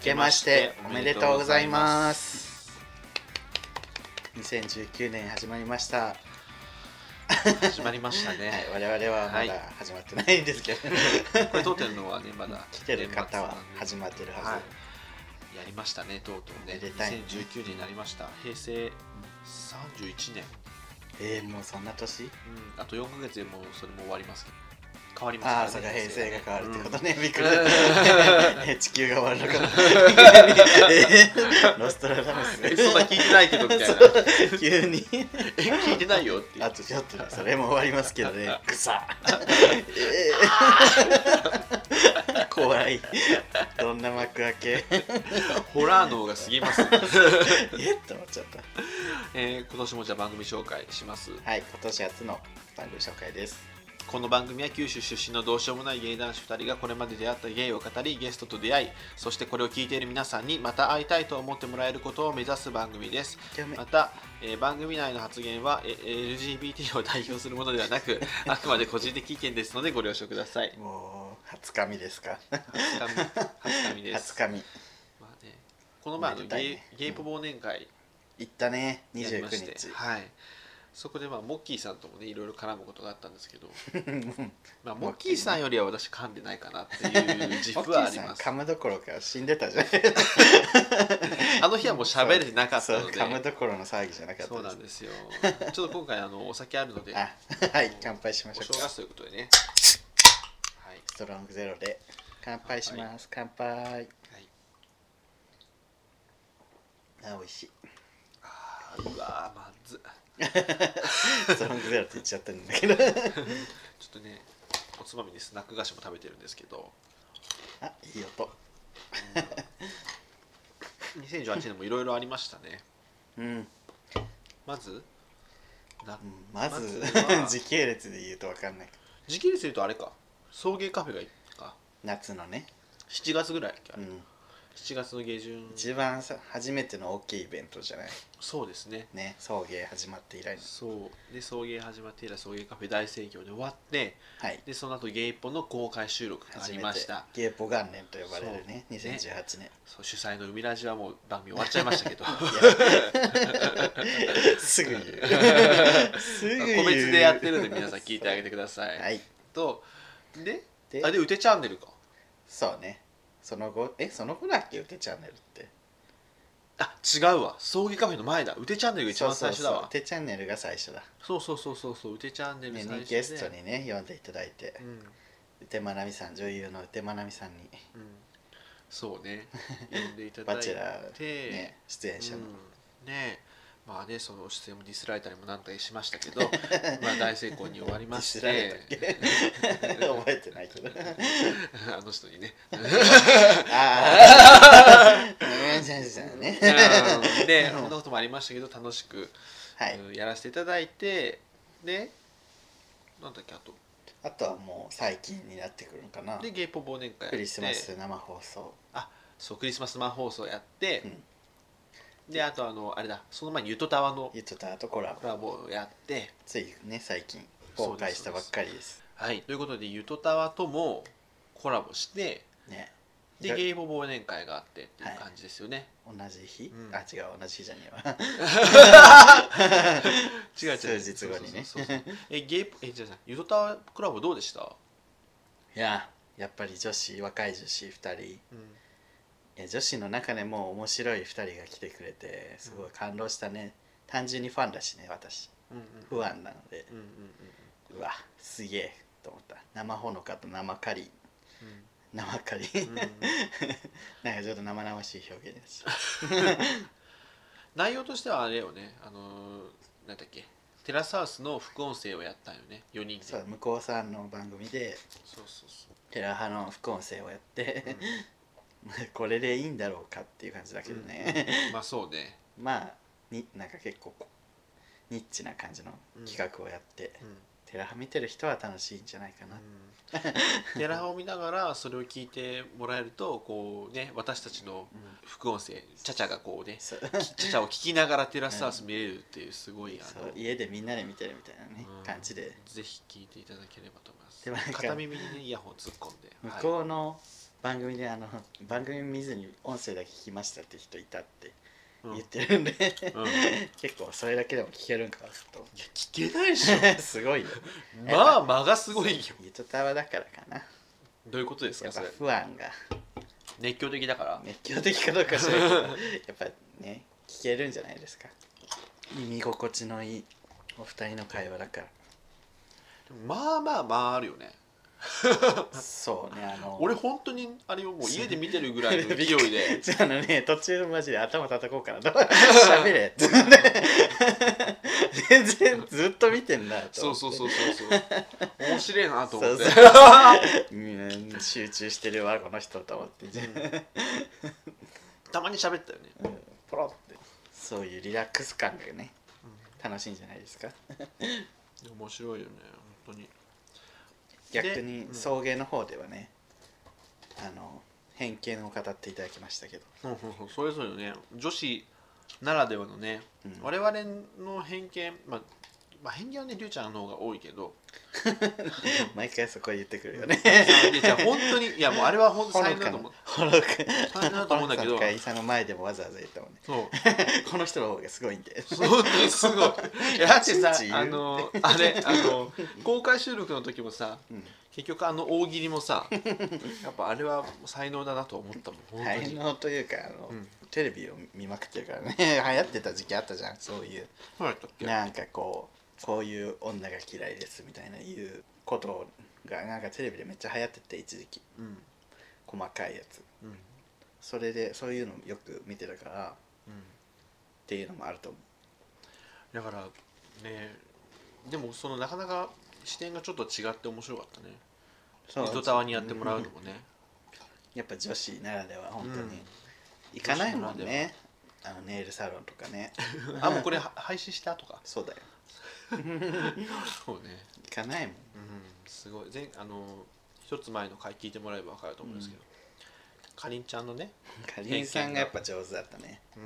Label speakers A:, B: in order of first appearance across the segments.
A: けましておめでとうございます2019年始まりました
B: 始まりましたね、
A: はい、我々はま
B: はい
A: だ始まってないんですけど、
B: これ撮ってるのはねまだ
A: 来てる方は始
B: ま
A: まってるはず、
B: い、やりましたねとうとうね
A: めでたい
B: 2019年になりました平成31年、
A: えー、もうそんな年
B: うん、あと4ヶ月でもうそれも終わりますけど変わり
A: ああー
B: ます
A: そう
B: か
A: から平
B: ね
A: 成が変わるってことね、びっくり
B: う
A: 地球が終わる のかなえーロストラダムス
B: えそんな聞いてないけどみたいな
A: そう 急に
B: え聞いてないよっていう
A: あとちょっとねそれも終わりますけどね 草怖いどんな幕開け
B: ホラー脳が過ぎます、
A: えっと思っちゃった
B: えー今年もじゃあ番組紹介します
A: はい今年初の番組紹介です
B: この番組は九州出身のどうしようもないゲイ男子2人がこれまで出会ったゲイを語りゲストと出会いそしてこれを聞いている皆さんにまた会いたいと思ってもらえることを目指す番組です
A: ダメ
B: また、えー番組内の発言は、えー LGBT を代表するものではな くあくまで個人的意見ですのでご了承ください
A: もう初神ですか
B: 初神初神で
A: 初
B: す、
A: 神
B: まあね、この前あ
A: お
B: の
A: めでたい
B: ゲイ,、
A: ね
B: ゲイポ忘年会
A: 行ったね
B: やりま
A: 29
B: して
A: 日
B: はいそこでまあモッキーさんともねいろいろ絡むことがあったんですけど まあ、
A: モ
B: モ
A: ッ
B: ッ
A: キーね
B: キーさんよりは私噛んでないかなっていう自負はあ り
A: モッキ
B: ま
A: ー
B: す
A: さん噛むどころか死んでたじゃん
B: あの日はもう喋れてなかった
A: そう
B: ので
A: 噛むどころの騒ぎじゃなかった
B: そうなん
A: で
B: ですよちょっと今回あのお酒あるので
A: あ はい乾杯し
B: お
A: ましょ
B: 正
A: うか
B: 月ということでねはい、
A: ストロングゼロで乾杯します乾杯
B: はい、
A: あ美味しい
B: あーうわーまず
A: ストロングゼロって言っちゃってるんだけど
B: ちょっとねおつまみにスナック菓子も食べてるんですけど
A: あいい音
B: 2018年もいろいろありましたね
A: うん
B: まずな
A: まず
B: まず は
A: 時系列で言うと分かんない
B: 時期にするとあれか送迎カフェがいいか
A: 夏のね、
B: 7月ぐらいだっけあ
A: う
B: れ
A: ん、
B: 7月の下旬
A: 一番さ初めての大きいイベントじゃない
B: そうですね
A: ね送迎始まって以来の
B: そうで送迎始まって以来送迎カフェ大盛況で終わって
A: はい
B: でその後ゲイポの公開収録があ
A: 初
B: り
A: め
B: ま
A: て
B: した
A: ゲーポ元年と呼ばれるね
B: そう
A: 2018年、
B: そう主催の海ラジはもう番組終わっちゃいまし たけど個
A: すぐ言 うすぐ言う
B: 別でやってるんで皆さん聞いてあげてください、
A: はい
B: とで
A: で
B: あでうてチャンネルか
A: そうねその後えその後だっけうてチャンネルって
B: あ違うわ送迎カフェの前だうてチャンネルが一番最初だ
A: そうそうそう
B: わ
A: うてチャンネルが最初だ、
B: そうそうそうそうそううてチャンネル
A: ね
B: 最初で
A: ゲストにね呼んでいただいて
B: うん、
A: うてまなみさん女優のうてまなみさんに
B: うん、そう ね呼んでいただ
A: バ
B: い
A: チ
B: て
A: ェラー、ね、出演者の、
B: うん、ねまあねその出演もディスられたりも何回しました けどまあ大成功に終わりまし
A: ディ
B: て
A: スられたっけ 覚えてない けど
B: あの人にね
A: あ あみさんじゃんね
B: うんでそんなこともありましたけど楽しく、
A: はい
B: うんやらせていただいてでなんだっけあと
A: あとはもう最近になってくるのかな
B: でゲイポ忘年会やって
A: クリスマス生放送
B: そうクリスマス生放送やって
A: う、
B: であとあのあれだその前にゆとたわの
A: ゆとたとコラ
B: コ
A: ボ
B: ラボをやって
A: ついね最近公開したばっかりです
B: はいということでゆとたわともコラボして
A: ね
B: で
A: だ
B: ゲイボ忘年会があってっていう感じですよね、
A: 同じ日、
B: うん
A: あ違う同じ日じゃねえわ
B: 違う違う
A: 数日後にね
B: そうそうそうそうえゲイえじゃあゆとたわクラブどうでした、
A: いややっぱり女子若い女子2人い
B: うん
A: や女子の中でも面白い2人が来てくれてすごい感動したね単純にファンだしね私
B: うんうん
A: 不安なので
B: うんうん
A: うわすげえと思った生ほのかと生カリ
B: う
A: 生カリ、
B: んうんうんうんうん
A: なんかちょっと生々しい表現です
B: 内容としてはあれよねあのー、なんだっけテラスハウスの副音声をやったんよね4人で
A: そう向こうさんの番組で
B: そうそうそ
A: テラ派の副音声をやって
B: う、う、ん
A: これでいいんだろうかっていう感じだけどね、
B: まあそうね、
A: まあになんか結構こうニッチな感じの企画をやって、
B: うん
A: テラハ見てる人は楽しいんじゃないかな、
B: うん、テラハを見ながらそれを聞いてもらえるとこうね私たちの副音声チャチャがこうね
A: そう
B: チャチャを聞きながらテラスハウス見れるっていうすごいあ
A: そ
B: の
A: う家でみんなで見てるみたいなね、
B: うん
A: 感じで
B: ぜひ聞いていただければと思います
A: でもなんか
B: 片耳にねイヤホン突っ込んで
A: 向
B: はい
A: こうの番組であの番組見ずに音声だけ聞きましたって人いたって
B: うん
A: 言ってるんで、
B: うん
A: 結構それだけでも聞けるんかなと思っ
B: 聞けないでし ょ
A: て すごいよ
B: まあ間がすごいよ
A: ゆとたわだからかな
B: どういうことです
A: やっ
B: かそ
A: ぱ
B: れ
A: 不安が
B: 熱狂的だから
A: 熱狂的かどうか知らないけ どやっぱね聞けるんじゃないですか耳心地のいいお二人の会話だから
B: まあまあまああるよね
A: そう ねあの
B: 俺本当にあれをもう家で見てるぐらいの勢いで
A: じゃああのね途中マジで頭叩こうかなと喋れって言うんで全然ずっと見てんなと思っ
B: そう
A: て
B: そうそうそうそう面白いなと思って
A: そううん集中してるわこの人と思って、
B: たまに喋ったよね
A: うん ポロってそういうリラックス感がね楽しいんじゃないですか
B: 面白いよね本当にで
A: 逆に
B: うん
A: 送迎の方ではね、あの偏見を語っていただきましたけど
B: そうそうそうそれぞれのね女子ならではのね、
A: うん
B: 我々の偏見、まあ、まあ偏見はねりゅうちゃんの方が多いけど
A: 毎回そこは言ってくるよ ね
B: りゅうちゃん本当にいやもうあれは本当
A: ほ
B: に
A: のか
B: 才能だと
A: の
B: 思う
A: ほのか
B: 才能だと思うんだけど
A: ほのかの伊佐の前でもわざわざ言ったもんね
B: そう
A: この人の方がすごいんで
B: そう本当にすごい いやだってさ
A: いちいち言う
B: あのあれあの公開収録の時もさ
A: うん
B: 結局あの大喜利もさやっぱあれは才能だなと思ったもん本当
A: 才
B: に、
A: 能というかあの、
B: うん
A: テレビを見まくってるからね 流行ってた時期あったじゃんそういう
B: そうだったっけ
A: なんかこうこういう女が嫌いですみたいないうことがなんかテレビでめっちゃ流行ってて一時期
B: うん
A: 細かいやつ
B: うんうん
A: それでそういうのよく見てたからっていうのもあると思
B: だからねでもそのなかなか視点がちょっと違って面白かったね
A: うそう
B: 糸タワにやってもらうの
A: ん
B: もね、
A: やっぱ女子ならでは本当に、
B: うん
A: 行かないもんねあのネイルサロンとかね
B: あもうこれは配信したとか
A: そうだよ
B: そうね
A: 行かないもん
B: うんすごい前あの一つ前の回聞いてもらえば分かると思うんですけど、かりんちゃんのね、
A: かりんさんがやっぱ上手だったね
B: うん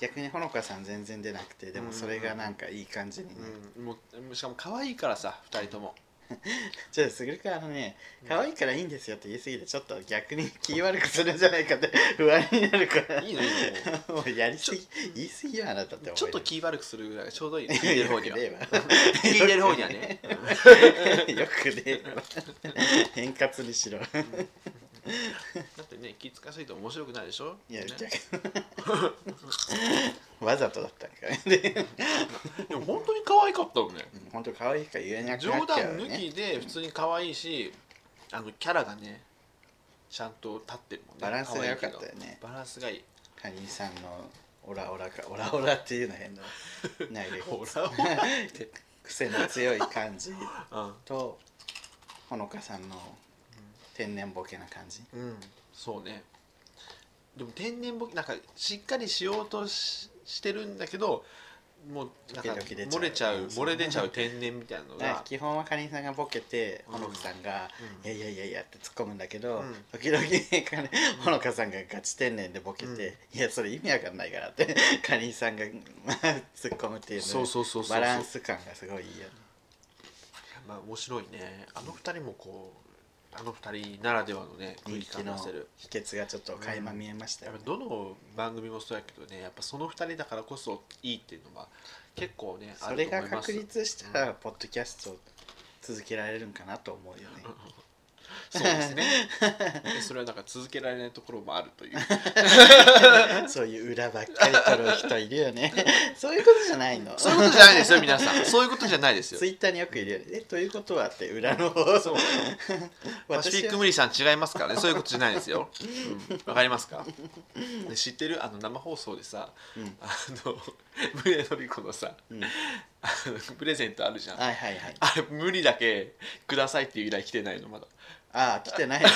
A: 逆にほのかさん全然出なくてでもそれがなんかいい感じにね、
B: うん、もうしかも可愛いからさ2人とも
A: じゃあすぐるくんあのね可愛いからいいんですよって言い過ぎてちょっと逆に気悪くするんじゃないかって 不安になる から
B: いいのいいのも
A: もうやりすぎ
B: ち
A: 言い過ぎよあなた って
B: うちょっと
A: 聞
B: 気悪くするぐらいがちょうどいい
A: い
B: ね聞いてる方に は
A: よ
B: 聞いてる方に はね
A: くねえわ 変活にしろ
B: だってね気付かすぎて面白くないでしょ
A: いや
B: ね
A: 逆 わざとだったんからね
B: でも本当に可愛かったもんね
A: 本当可愛いから言えなくな
B: 冗
A: っちゃ
B: 談
A: うよ
B: 抜
A: ね
B: きで普通に可愛いしあのキャラがねちゃんと立ってるもんね
A: バランスが良かった
B: 可愛い
A: よね
B: けどバランスがいい
A: カニさんのオラオラかオラオラっていうの変だな投げ
B: ほ
A: 方
B: らほ
A: 癖の強い感じ
B: ら
A: とほのかさんの天然ボケな感じ
B: うん、うん、そうねでも天然ボケなんかしっかりしようとししてるんだけどもうなんか
A: 時々出ちゃうう
B: 漏れちゃう
A: ん
B: 漏れ出ちゃう天然みたいなの
A: だから
B: が
A: 基本はかりんさんがボケて
B: うん
A: ほのかさんが「
B: う
A: いやいやいやいや」って突っ込むんだけど、
B: うん
A: 時々かねほのかさんがガチ天然でボケて「いやそれ意味わかんないから」ってかりんさんが 突っ込むっていう
B: そうそうそうそう
A: バランス感がすごいいいよね
B: まあ面白いねあの二人もこうあの二人ならではのね空
A: 人
B: 気
A: 気
B: 感
A: の
B: 出せる
A: 秘訣がちょっと垣間見えました
B: や
A: よ
B: っ
A: ね
B: ぱどの番組もそうやけどねやっぱその二人だからこそいいっていうのは結構ねあ
A: そ
B: る
A: れ
B: と
A: が
B: 思いま
A: 確
B: す
A: 立したらポッドキャストを続けられるんかなと思うよね
B: そうですねでそれはなんか続けられないところもあるという
A: そういう裏ばっかり取る人いるよね そういうことじゃないの
B: そういうことじゃないですよ皆さんそういうことじゃないですよ
A: ツイッターによくいるよね。え、ということはって裏の方。
B: そうパ シ
A: 私
B: フィック
A: は
B: 無理さん違いますからねそういうことじゃないですようんわ、かりますかで知ってるあの生放送でさ、
A: うん
B: あの宗則子のさ、
A: うん
B: あのプレゼントあるじゃん、
A: はいはいはい。
B: あれ無理だけくださいっていう依頼来てないのまだ
A: ああ、来てないね。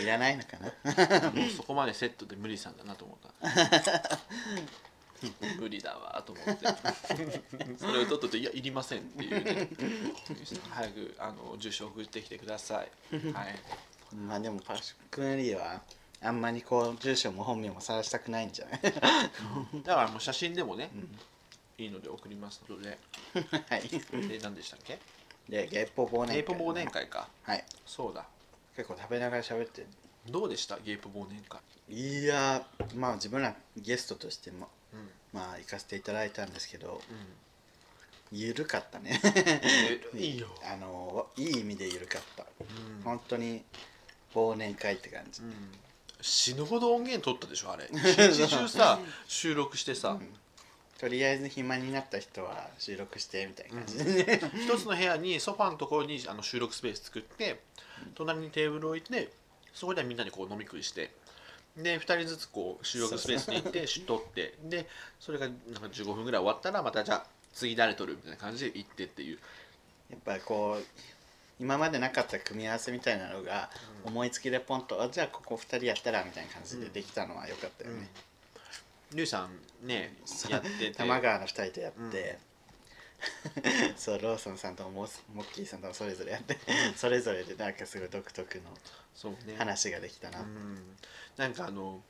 A: いらないのかな。
B: もうそこまでセットで無理さんだなと思った 無理だわと思ってそれをとっとと「いやいりません」っていう、 ね、早くあの住所送ってきてくださ いはい
A: まあでもパシフィック無理はあんまりこう住所も本名も晒したくないんじゃない。
B: だからもう写真でもね、いいので送りますので
A: はい。
B: で何でしたっけ
A: で、ゲイポ忘年会。
B: ネイポ忘年。会か
A: はい。
B: そうだ
A: 結構食べながら喋って
B: どうでしたゲイプ忘年会、
A: いやーまあ自分らゲストとしても
B: うんうん、
A: まあ行かせていただいたんですけどゆるかったね
B: ゆるいよ、
A: あのいい意味でゆるかった
B: うん
A: 本当に忘年会って感じ、
B: うん死ぬほど音源取ったでしょあれ一日中さ収録してさ、
A: とりあえず暇になった人は収録してみたいな感じで、
B: 一つの部屋にソファーのところにあの収録スペース作って隣にテーブル置いてそこではみんなでこう飲み食いしてで2人ずつこう収録スペースに行ってし撮ってでそれがなんか15分ぐらい終わったらまたじゃあ次誰撮るみたいな感じで行ってっていう
A: やっぱりこう今までなかった組み合わせみたいなのが思いつきでポンと、あじゃあここ2人やったらみたいな感じでできたのは良かったよね、
B: リュウさんねやってて
A: 玉川の2人とやって、 そうローソンさんとモスモッキーさんともそれぞれやってそれぞれでなんかすごい独特の
B: そうね
A: 話ができたな、
B: うんなんかあの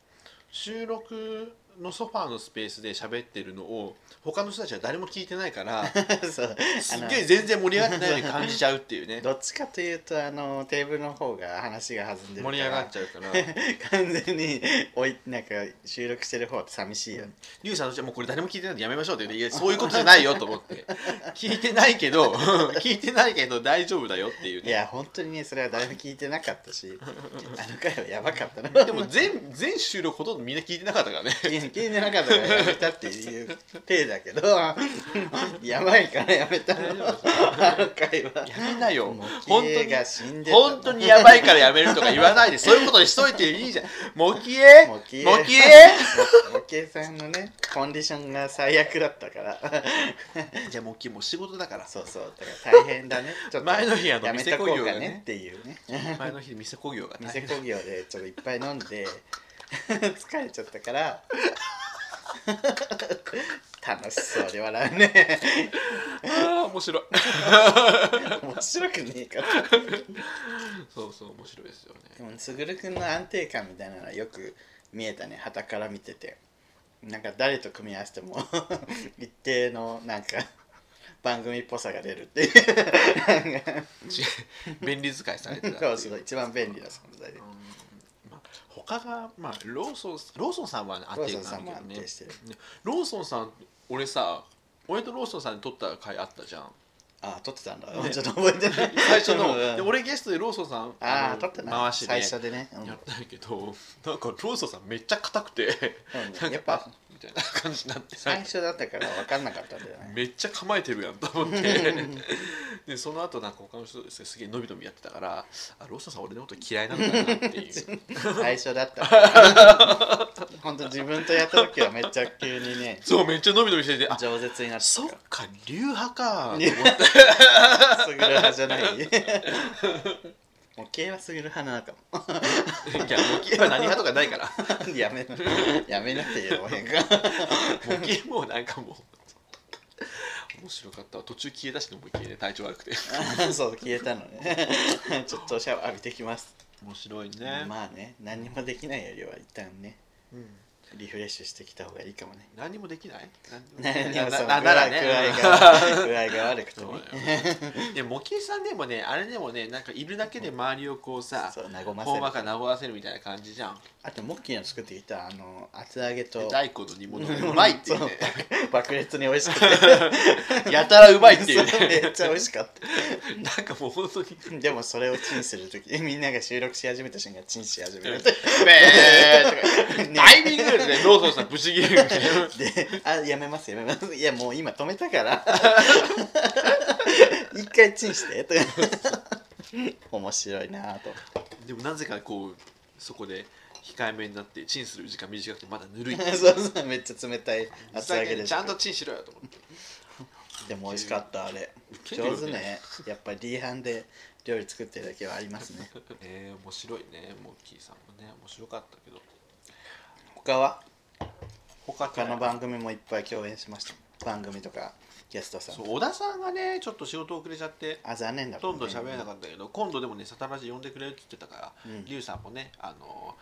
B: 収録のソファーのスペースで喋ってるのを他の人たちは誰も聞いてないから
A: そう
B: す
A: あ
B: っ
A: の
B: げえ全然盛り上がってないように感じちゃうっていうね
A: どっちかというとあのテーブルの方が話が弾んでるから
B: 盛り上がっちゃうから
A: 完全においなんか収録してる方って寂しいよね、
B: リュウさんとしてはもうこれ誰も聞いてないんでやめましょうって言っていやそういうことじゃないよと思 って聞いてないけど 聞いてないけど大丈夫だよってい
A: い
B: う ね
A: や本当にねそれは誰も聞いてなかった しあの回はやばかったな
B: でも全全収録ほとんどみんな聞いてなかったからね
A: 聞いてなかったからやめたっていう体だけど やばいからやめたのあの
B: 大丈夫です
A: 回は
B: やめなよ
A: もう
B: 本
A: キ
B: 当
A: エ
B: に
A: が死んでた
B: 本当にやばいからやめるとか言わないでそういうことにしといていいじゃんモキエ
A: モキエ
B: モキエ
A: おけさんのねコンディションが最悪だったから
B: じゃあモキエもう仕事だから
A: そうそうだから大変だねちょっと
B: 前の日あの
A: やめとこ
B: 店
A: う
B: 工業
A: か
B: がね
A: ねっていうね
B: 前の日店工業が大
A: 店
B: 変
A: 工業でちょっといっぱい飲んで 疲れちゃったから 楽しそうで笑うね
B: ああ面白い
A: 面白くねえか
B: そうそう面白いですよね
A: でもすぐるくんの安定感みたいなのはよく見えたね傍から見ててなんか誰と組み合わせても 一定のなんか番組っぽさが出るって いう
B: ち便利使いされてたってい
A: そううそう一番便利な存在で
B: うんまあ他がまあローソンローソンさんは安
A: ロー
B: 定
A: ソン
B: 感
A: さ
B: あ
A: んも
B: るけど
A: 安
B: ね
A: 定してる
B: ローソンさん俺さ俺とローソンさんで撮った回あったじ ゃん
A: ああ撮ってたんだ、ちょっと覚えてない
B: 最初の
A: うん
B: で俺ゲストでローソンさん
A: あ
B: の
A: あ撮ってな
B: 回
A: い
B: し
A: 最
B: で
A: 初でね、うん
B: やったんやけどなんかローソンさんめっちゃ硬くて
A: うんやっぱ
B: みたいな感じになって
A: 最初だったから分かんなかったんだよね
B: めっちゃ構えてるやんと思ってでその後なんか他の人ですすげえ伸び伸びやってたからあローソンさん俺のこと嫌いなのかなって いう
A: 最初だったから本当自分とやった時はめっちゃ急にね
B: そうめっちゃ伸び伸びしててあ
A: 饒舌になって
B: そっか流派か
A: いやすぐる派じゃない模型はすぐる派なのか
B: いや模型は何派とかない から
A: もやめなやめなって言うのも変か
B: 模型もうなんかもう面白かったわ途中消えたしの模型で体調悪くて
A: そう消えたのねちょっとシャワー浴びてきます、
B: 面白いね、
A: まあね何もできないよりは一旦ね
B: うん
A: リフレッシュしてきた方がいいかもね
B: 何もでき ない
A: 何
B: な
A: もその具
B: な
A: 合
B: ならね
A: が具合が悪くて
B: そ
A: ね
B: う だよでも模型さんでもねあれでもねなんかいるだけで周りをこうさ
A: そう和ませ
B: ほん
A: る
B: わか和ませるみたいな感じじゃん
A: あとモッキーの作ってきたあの厚揚げと
B: で大根の煮物がうまいっていうね
A: そう爆裂に美味しくて
B: やたらうまいってい う
A: そうめ
B: ね
A: っちゃ美味しかった
B: なんかもう本当 に
A: でもそれをチンするときみんなが収録し始めた瞬間チンし始める
B: 「べー」とか タイミングでねローソンさんブチギレるみたいな
A: で「あやめますやめます」いやもう今止めたから 一回チンしてとか面白いなぁと
B: でもなぜかこうそこで控えめになってチンする時間短くてまだぬるい
A: そうそうめっちゃ冷たい厚揚げで
B: ちゃんとチンしろよと思って
A: でも美味しかったあれ
B: けるよ
A: 上
B: ね
A: 手ねやっぱ D 班で料理作ってるだけはありますね
B: ね面白いねモッキーさんもね面白かったけど
A: 他は
B: 他
A: 他の番組もいっぱい共演しました番組とかゲストさん
B: そう小田さんがねちょっと仕事遅れちゃって
A: あ残念だ
B: ほとんど喋れな
A: かっ
B: かったけど今度でもねサタラジ呼んでくれるって言ってたから
A: うん
B: リュウさんもねあの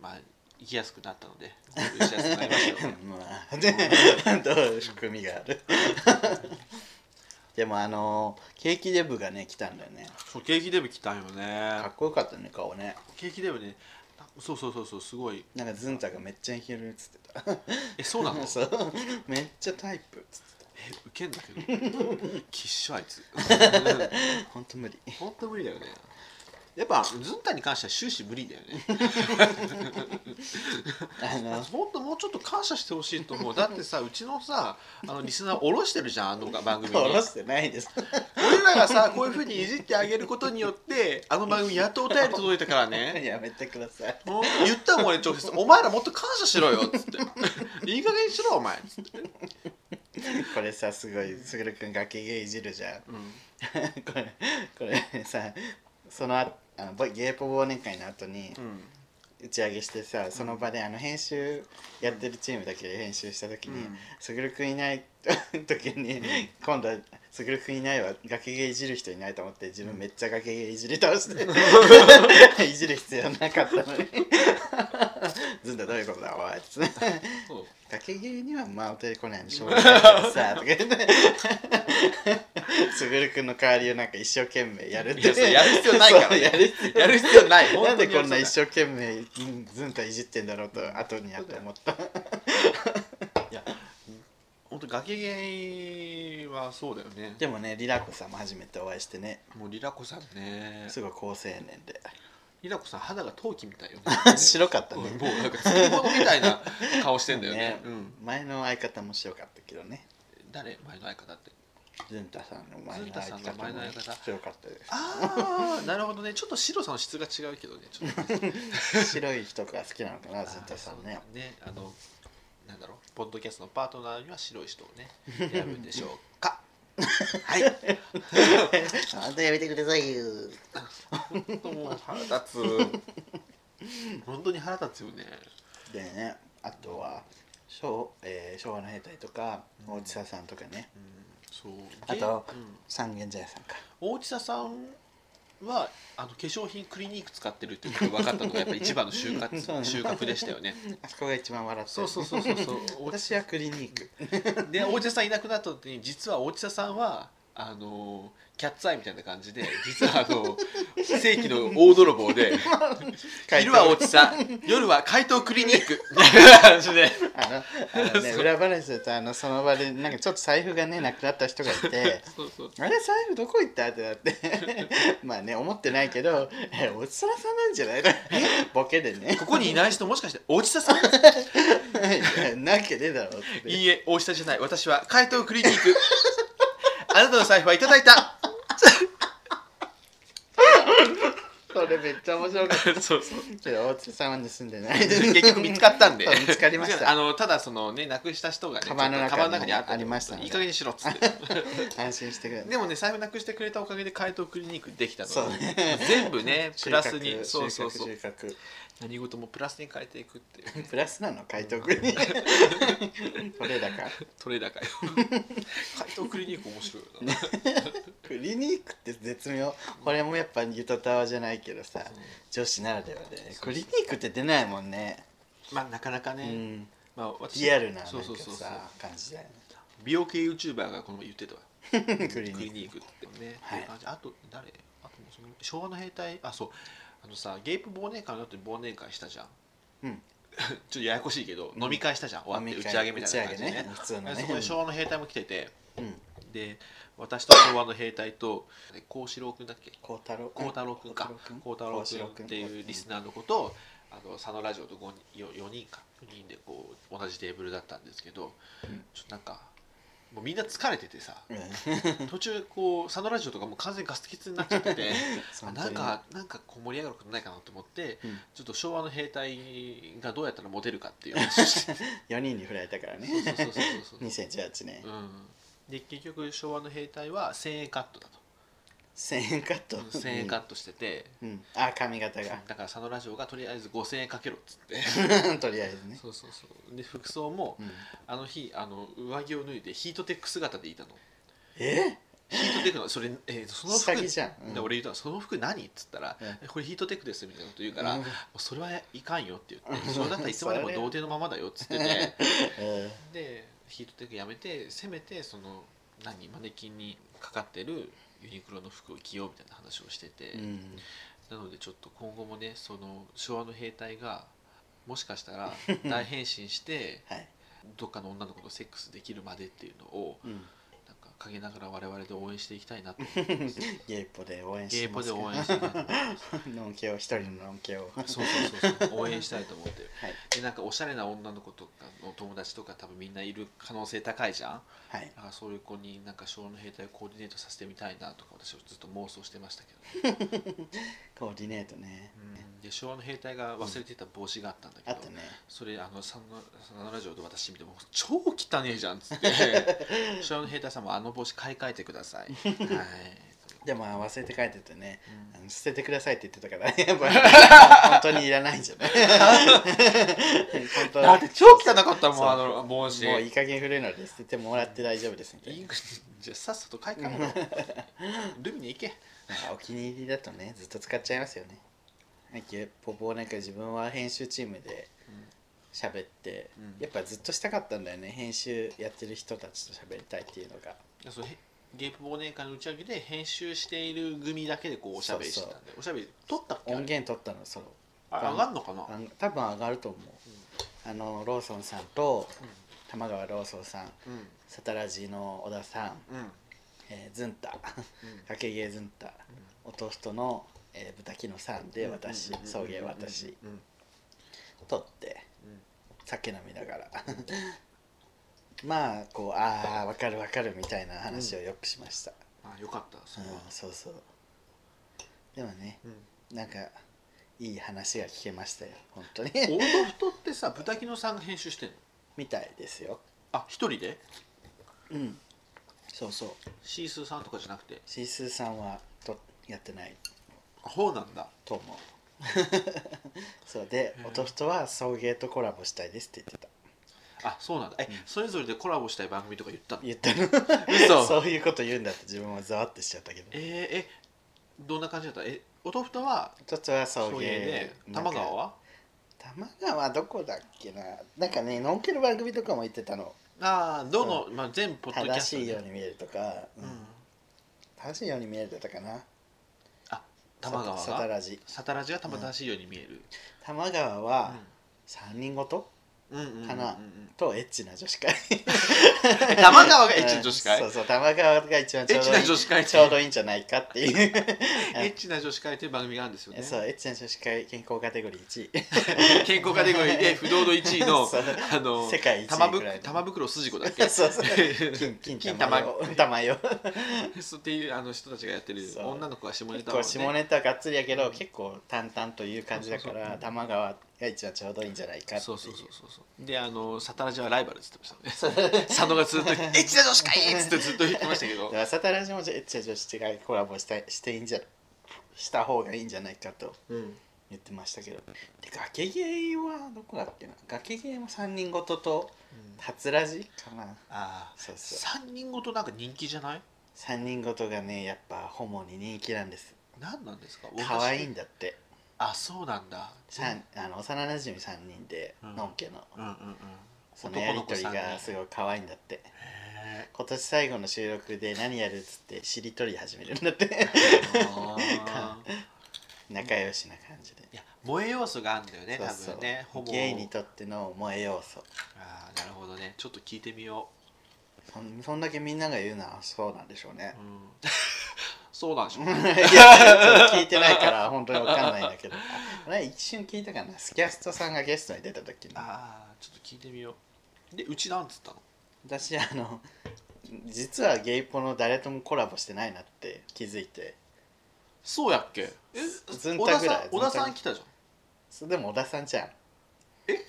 B: ーまあ行きやすくなったので合流しやす くなりましたよね
A: まあでどういう仕組みがあるでもあのーケーキデブがね来たんだよね
B: そうケーキデブ来たんよね
A: かっこよかったね顔ね
B: ケーキデブねなそうそうそうそうすごい
A: なんかズンタがめっちゃいけるっつってた
B: えそうな の
A: そうめっちゃタイプっつって
B: えウケんだけど きっしょあいつ
A: たほんと無理
B: ほんと無理だよねやっぱズンタに関しては終始無理だよね
A: あの
B: もっともうちょっと感謝してほしいと思うだってさうちのさあのリスナー下ろしてるじゃんあの 番組に
A: 下ろしてないです
B: 俺らがさこういうふうにいじってあげることによってあの番組やっとお便り届いたからね
A: やめてください
B: もう言ったもん俺直接「お前らもっと感謝しろよ」っつって「いい加減にしろお前」っつって、
A: これさすごいすぐるくんガキゲいじるじゃんこ
B: うん
A: れ これさそのああのボゲーポ忘年会の後に
B: うん
A: 打ち上げしてさその場であの編集やってるチームだけで編集した時に
B: うん
A: すぐるくんいない 時に今度はすぐるくんいないわ崖毛いじる人いないと思って自分めっちゃ崖毛いじり倒して いじる必要なかったのに「ずんだどういうことだおい」っつって
B: そう
A: 「崖毛にはまあお手で来ないのしょうがないからさ」とか言ってすぐるくんの代わりをなんか一生懸命やるって
B: いやそうやる必要ないから
A: そ
B: ね
A: うやる必要
B: やる必要ない本当
A: なん
B: に
A: でこんな一
B: や
A: 生懸命うんずんたいじってんだろうと後になって思った
B: る必要ないいや本当崖ゲイはそうだよね
A: でもねリラコさんも初めてお会いしてね
B: もうリラコさんね
A: すごい好青年で
B: リラコさん肌が陶器み たいよね
A: 白かった
B: うん
A: ね
B: もうなんか漬物みたいな顔してんだよね
A: ね
B: うん、
A: 前の相方も白かったけどね
B: 誰前の相方って
A: ずんたさんの前の
B: ず
A: 相
B: んたさんの前
A: 方
B: の
A: も
B: 相方
A: 白かったです
B: ああなるほどねちょっと白さの質が違うけどねち ょっと
A: 白い人が好きなのかなずんたさんね
B: あーそうだねあのなんだろうポッドキャストのパートナーには白い人をね選ぶんでしょう かはい
A: あんたやめてくださいよ
B: 本当もう腹立つ本当に腹立つよね
A: でねあとは昭,、えー昭和の兵隊とか大地ささんとかね
B: うんそう
A: あと
B: うん
A: 三軒茶屋さんか
B: 大地田さんはあの化粧品クリニック使ってるっていうことが分かったのがやっぱり一番の収 穫
A: そうね
B: 収穫でしたよね
A: あそこが一番笑ってる
B: そうそうそう そうそう
A: 私はクリニック
B: で大地田さんいなくなった時に実は大地田さんはあのーキャッツアイみたいな感じで実はあの世紀の大泥棒で 昼は大地田夜は怪盗クリニックみたいな感じで
A: あのあのね、
B: そう
A: 裏話だとあのその場でなんかちょっと財布がねなくなった人がい て
B: そうそう
A: あれ財布どこ行ったってなって まあね思ってないけど「えおつらさんなんじゃ ない?」ボケでね
B: ここにいない人もしかして大地田さん
A: 「なきゃねえだろ」って
B: いいえ大地田じゃない私は怪盗クリニックあなたの財布はいただいた
A: それめっちゃ面白かっ
B: そうそう
A: たけど大津さんは盗んでない で
B: 結局見つかったんで
A: そう見つかりました
B: あのただそのねなくした人がね
A: カバンの中に
B: カバンの中にあったんで
A: ありましたね
B: いい加減にしろっつって
A: 安心してくれ
B: でもね財布なくしてくれたおかげで怪盗クリニックできたので
A: そうね
B: 全部 ねプラスに
A: 収
B: そう
A: 穫
B: そうそう
A: 収穫収
B: 何事もプラスに変えていくっていう
A: 穫プラスなの海徳 にこれだから
B: トレーダーかよ怪盗クリニック面白いよな、
A: クリニックって絶妙これもやっぱゆとたわじゃないけどさ女子ならではでねクリニックって出ないもんね、
B: まあなかなかね、
A: うん、
B: まあ私
A: リアルななんかさ
B: そうそうそうそう
A: 感じだよ
B: 美容系 YouTuber がこの前言ってたわ
A: ねクリ
B: クリ
A: ニック
B: ニックってね、
A: はい
B: って感じあと誰あとその昭和の兵隊あそうあのさゲイプ忘年会の後に忘年会したじゃん
A: うん、
B: ちょっとややこしいけど、飲み会したじゃん終わって
A: 飲
B: 打
A: み
B: ち
A: 会
B: 上げみたいな感じでね
A: 打ち上げね普通のね
B: でそこで昭和の兵隊も来てて
A: うん
B: で私と昭和の兵隊と幸四郎君だっけ
A: 孝太郎
B: 幸太郎君か幸太郎君っていうリスナーの子とあの佐野ラジオと5人4人か4人でこう同じテーブルだったんですけど、
A: うん
B: ちょっとなんかもうみんな疲れててさ
A: うん
B: 途中こう佐野ラジオとかもう完全にガス欠になっちゃ ってて
A: そ
B: あ
A: の通
B: な
A: り
B: んかなんかこう盛り上がることないかなと思って
A: うん
B: ちょっと昭和の兵隊がどうやったらモテるかっていう 話をして
A: 4人に振られたからね
B: そうそうそう そうそう
A: 2018年
B: うん、で結局昭和の兵隊は1000円カットだ
A: 1000円カット
B: と1000円カットしてて、
A: トうんあ髪型が
B: だから佐野ラジオがとりあえず5000円かけろっつって
A: とりあえずね
B: そうそうそうで服装も
A: うん
B: あの日あの上着を脱いでヒートテック姿でいたの
A: え
B: ヒートテックのそれ、えーその服
A: 下着じゃんうん
B: で俺言ったのその服何っつったら、
A: う
B: これヒートテックですみたいなこと言うから、
A: うん
B: それはいかんよって言ってそれだったらいつまでも童貞のままだよっつってて
A: え
B: でヒートテックやめてせめてその何マネキンにかかってるユニクロの服を着ようみたいな話をしてて、
A: うん
B: なのでちょっと今後もねその昭和の兵隊がもしかしたら大変身して
A: はい、
B: どっかの女の子とセックスできるまでっていうのを
A: うん、
B: なんか陰ながら我々で応援していきたいなと思ってます
A: ゲイポで応援
B: ゲ
A: して
B: ー
A: ま
B: ポです応援していきたいと思います
A: ノンケを一人 のノンケを
B: そうそうそうそう応援したいと思ってる、
A: はい
B: でなんかおしゃれな女の子とかの友達とか多分みんないる可能性高いじゃん
A: はい
B: だからそういう子になんか昭和の兵隊をコーディネートさせてみたいなとか私はずっと妄想してましたけど、
A: コーディネートね、
B: で昭和の兵隊が忘れてた帽子があったんだけど、
A: あとね
B: それあのサナラジオで私見ても超汚ねえじゃんっつっ て昭和の兵隊さんもあの帽子買い替えてくださいはい
A: でも忘れて書いててね、
B: う
A: あの捨ててくださいって言ってたから ねやっ ぱ本当にいらないんじゃない本当
B: だって超汚かったも
A: そうん
B: あの帽子
A: もういい加減古いので捨ててもらって大丈夫ですみたい
B: い
A: ない
B: じゃあさっさと買い替えろよルミネ行け
A: なんかお気に入りだとねずっと使っちゃいますよねなんかポポなんか自分は編集チームで喋って、
B: うん
A: やっぱずっとしたかったんだよね編集やってる人たちと喋りたいっていうのが
B: いやそうへゲープ忘年会の打ち上げで編集している組だけでこうおしゃべりしてたんでおしゃべり撮ったっけあれ
A: 音源取ったのその
B: あ上がんのかな
A: あん多分上がると思う、あのローソンさんと玉川ローソンさん
B: うん
A: サタラジの小田さん、
B: うんうん
A: えーズンタかけげズンタ、弟の、えー、豚木野さんで私
B: うんうんうん
A: 送迎私
B: うん
A: 撮って
B: うん
A: 酒飲みながら まあこうああわかるわかるみたいな話をよくしました、
B: あよかったそ
A: うん
B: れは
A: そうそうでもね
B: うん
A: なんかいい話が聞けましたよ本当に
B: オートフトってさ豚木野さんが編集してんの
A: みたいですよ
B: あ一人で
A: うんそうそう
B: シースーさんとかじゃなくて
A: シースーさんはとやってない
B: あそうなんだ
A: と思う そうで弟は送迎とコラボしたいですって言ってた
B: あそうなんだえそれぞれでコラボしたい番組とか言ったの
A: 言ったの
B: 嘘
A: そういうこと言うんだって自分もざわってしちゃったけど
B: えーえどんな感じだったえオトフトは
A: 弟は送迎
B: 送迎で
A: なんか
B: 玉川は
A: 玉川どこだっけななんかねのんける番組とかも言ってたの
B: ああどの、まあ、全ポッドキャ
A: 正
B: スト
A: し
B: で
A: いように見えるとか、うん
B: うん
A: 正しいように見えてたかな
B: あ玉川が
A: サタラジ
B: サタラジがたまたましいように見える、
A: 玉川は3人ごと
B: うんうんうんうん、
A: かなとエッチな女子 会
B: え玉川がエッチな女子
A: うん
B: 会
A: そうそう玉川が一番ち
B: エ
A: ょ
B: ッ
A: うど
B: チ
A: い
B: ない女子会って
A: ちょうどいいんじゃないかって いう
B: エッチな女子会という番組があるんですよね
A: そうエッチな女子会健康カテゴリー1位
B: 健康カテゴリーで不動の1位の
A: そう
B: あの
A: 世界一
B: 玉
A: 位
B: ぶ
A: ぐらいの
B: 玉袋筋子だっ け
A: そうそう金金
B: 金
A: 玉
B: 玉
A: よ玉よ
B: そうっていうあの人たちがやってる
A: そう
B: 女の子が下ネ
A: 結
B: タを、ね、
A: 構下ネタがっつりやけど結構淡々という感じだか
B: そうそうそ
A: ら
B: う
A: 玉川が一番ちょうどいいんじゃないかって
B: そ
A: いう
B: うそうそうそうそうであのサタラジはライバルっつってましたね佐野がずっと「エ ッチな女子会!」っつってずっと言ってましたけど
A: で朝たらしもエッチな女子会コラボしたいしていいんじゃした方がいいんじゃないかと
B: うん
A: 言ってましたけどで崖芸はどこだっけな崖芸も3人ごととはつらじかな
B: ああ
A: そうそう
B: 3人ごとなんか人気じゃない
A: 3人ごとがねやっぱホモに人気なんです
B: 何なんですか
A: 可愛い
B: 私
A: んだって
B: あそうなんだ
A: 三あの幼なじみ3人で
B: うん
A: のんけの
B: うんうんうん
A: そのやり取り
B: 男の子
A: が
B: 三人
A: すごい可愛いんだって
B: へ
A: 今年最後の収録で何やるっつってしりとり始めるんだって
B: えあー
A: 仲良しな感じで
B: いや萌え要素があるんだよね多
A: そう
B: 分ね
A: そ
B: ほ
A: う
B: ぼ
A: ゲイにとっての萌え要素
B: ああなるほどねちょっと聞いてみよ
A: そんそんだけみんなが言うのはそうなんでしょうね
B: う、う、ん、 そうなんでしょう
A: いや
B: ね
A: 聞いてないから本当にわかんないんだけ どあれ一瞬聞いたかなスキャストさんがゲストに出た時に
B: ああちょっと聞いてみようでうちなんつったの
A: 私あの実はゲイポの誰ともコラボしてないなって気づいて
B: そうやっけえ
A: ずん
B: 小
A: た
B: 田
A: ぐ
B: さ
A: ら
B: ん
A: い
B: 小田
A: ず
B: さ
A: んた
B: ん来たじゃん
A: そでも小田さんじゃんえ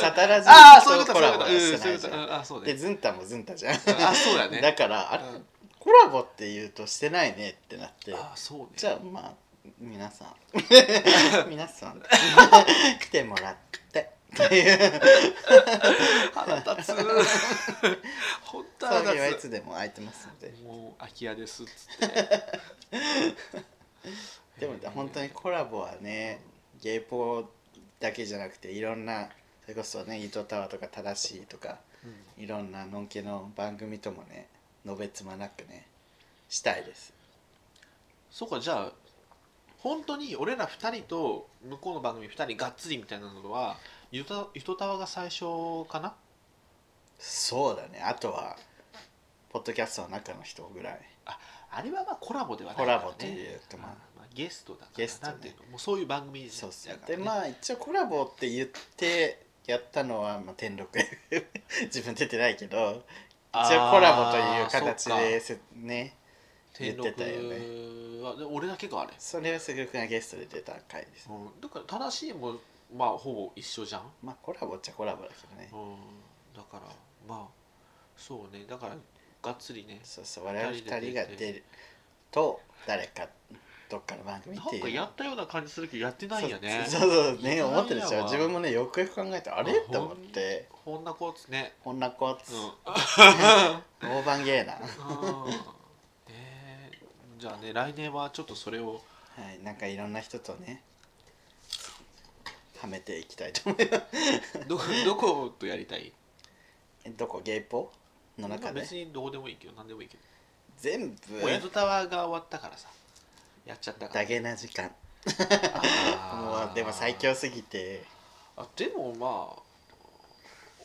A: サタラジ
B: ああそういうこ
A: と
B: と
A: コラボは
B: そういうことうん
A: して
B: そう
A: ないいうじゃん
B: ことうんあそう
A: で
B: ね
A: ズンタもズンタじゃん
B: あそうだね
A: だからあれ
B: うん
A: コラボって言うとしてないねってなって
B: ああそうね
A: じゃあまあ皆さん皆さん来てもらってっていう
B: 腹立つ本当
A: 葬
B: 腹
A: 儀はい
B: 立
A: つでも空いてますので
B: つもう空き家ですっつって
A: でも本当にコラボはねゲイポだけじゃなくていろんなそれこそね伊藤タワーとか正しいとかいろんなのんけの番組ともねのべつまなくねしたいです
B: そうかじゃあ本当に俺ら2人と向こうの番組2人がっつりみたいなのはゆとゆとたわが最初かな
A: そうだねあとはポッドキャストの中の人ぐらい
B: あれはまあコラボではない
A: コ
B: から
A: ラ
B: ね
A: ボっていうとまあ
B: まあ、ゲストだから
A: ゲストね
B: なんていうのもうそういう番組です
A: そうっす
B: だ
A: ね
B: か。ら
A: で
B: ね
A: まあ一応コラボって言ってやったのは、まあ、天禄 自分出てないけど一応コラボという形で
B: あー
A: すね
B: そうか
A: 言ってたよね
B: 天禄はで俺だけがあれ、
A: それはすぐくんがゲストで出た回です
B: うん、だから正しいもまあほぼ一緒じゃん、
A: まあコラボっちゃコラボだけどね
B: うん、だからまあそうねだからがっつりね
A: そうそう我々二
B: 二人で
A: 人
B: 出
A: が
B: て
A: 出ると誰かどっかの番組
B: な
A: って
B: ん
A: いう
B: かやったような感じするけどやってないよね
A: そうそうそうね
B: やってないやわ
A: 思ってるでしょ自分もねよくよく考えてあれ
B: あほん
A: と思って
B: こんなコーツね
A: こんな子
B: うんうん
A: 大番芸な
B: ねえじゃあね来年はちょっとそれを
A: はい、なんかいろんな人とねはめていきたいと思います
B: どこどことやりたい
A: えどこゲイポの中で
B: 別にどこでもいいけど何でもいいけど
A: 全部
B: もう江戸タワーが終わったからさやっちゃったから
A: ダゲな時間 も
B: あー
A: うでも最強すぎて
B: あでもまあ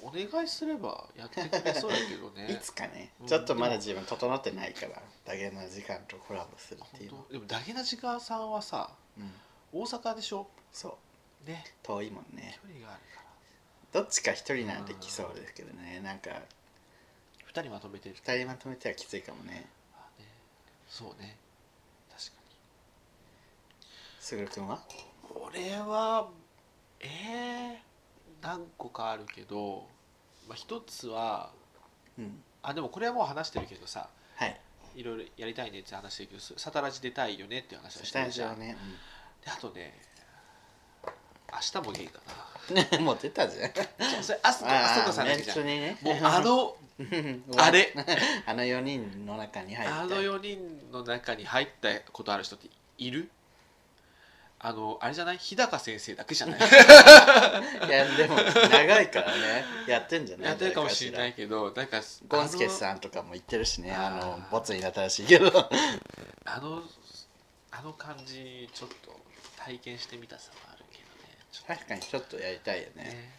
B: お願いすればやってくれそうだけど ね
A: いつかね
B: うん
A: ちょっとまだ自分整ってないからダゲな時間とコラボするっていうの
B: 本、当でもダゲナジカさんはさ
A: うん、
B: 大阪でしょ
A: そう
B: ね
A: 遠いもんね
B: 距離があるか
A: どっちか一人ならできそうですけどねなんから
B: 2人まとめてる
A: 二人まとめてはきついかもね
B: あねそうね確かに
A: すぐるくんは
B: 俺はえー、何個かあるけど、まあ、一つは
A: うん
B: あでもこれはもう話してるけどさ
A: はい
B: いろいろやりたいねって話してるけどサタラジ出たいよねっていう話は
A: ス
B: して
A: タ
B: る
A: ジ
B: じゃ
A: オ
B: ん、
A: ね、
B: であとね明日もゲイだ
A: うん もう出たじゃん
B: なじゃあそれあそこあそこさんだけじゃん
A: 本当
B: も
A: にね
B: うあのあれ
A: あの4人の中に入って
B: あの4人の中に入ったことある人っているあのあれじゃない日高先生だけ じゃない
A: いやでも長いからねやってんじゃない
B: やってるかもしれないけどなんか
A: ゴンスケ
B: あの
A: さんとかも言ってるしねあ
B: あー
A: のボツになったらしいけど
B: あのあの感じちょっと体験してみたさはあるけどねちょっ
A: 確かにちょっとやりたいよ
B: と
A: ね
B: ね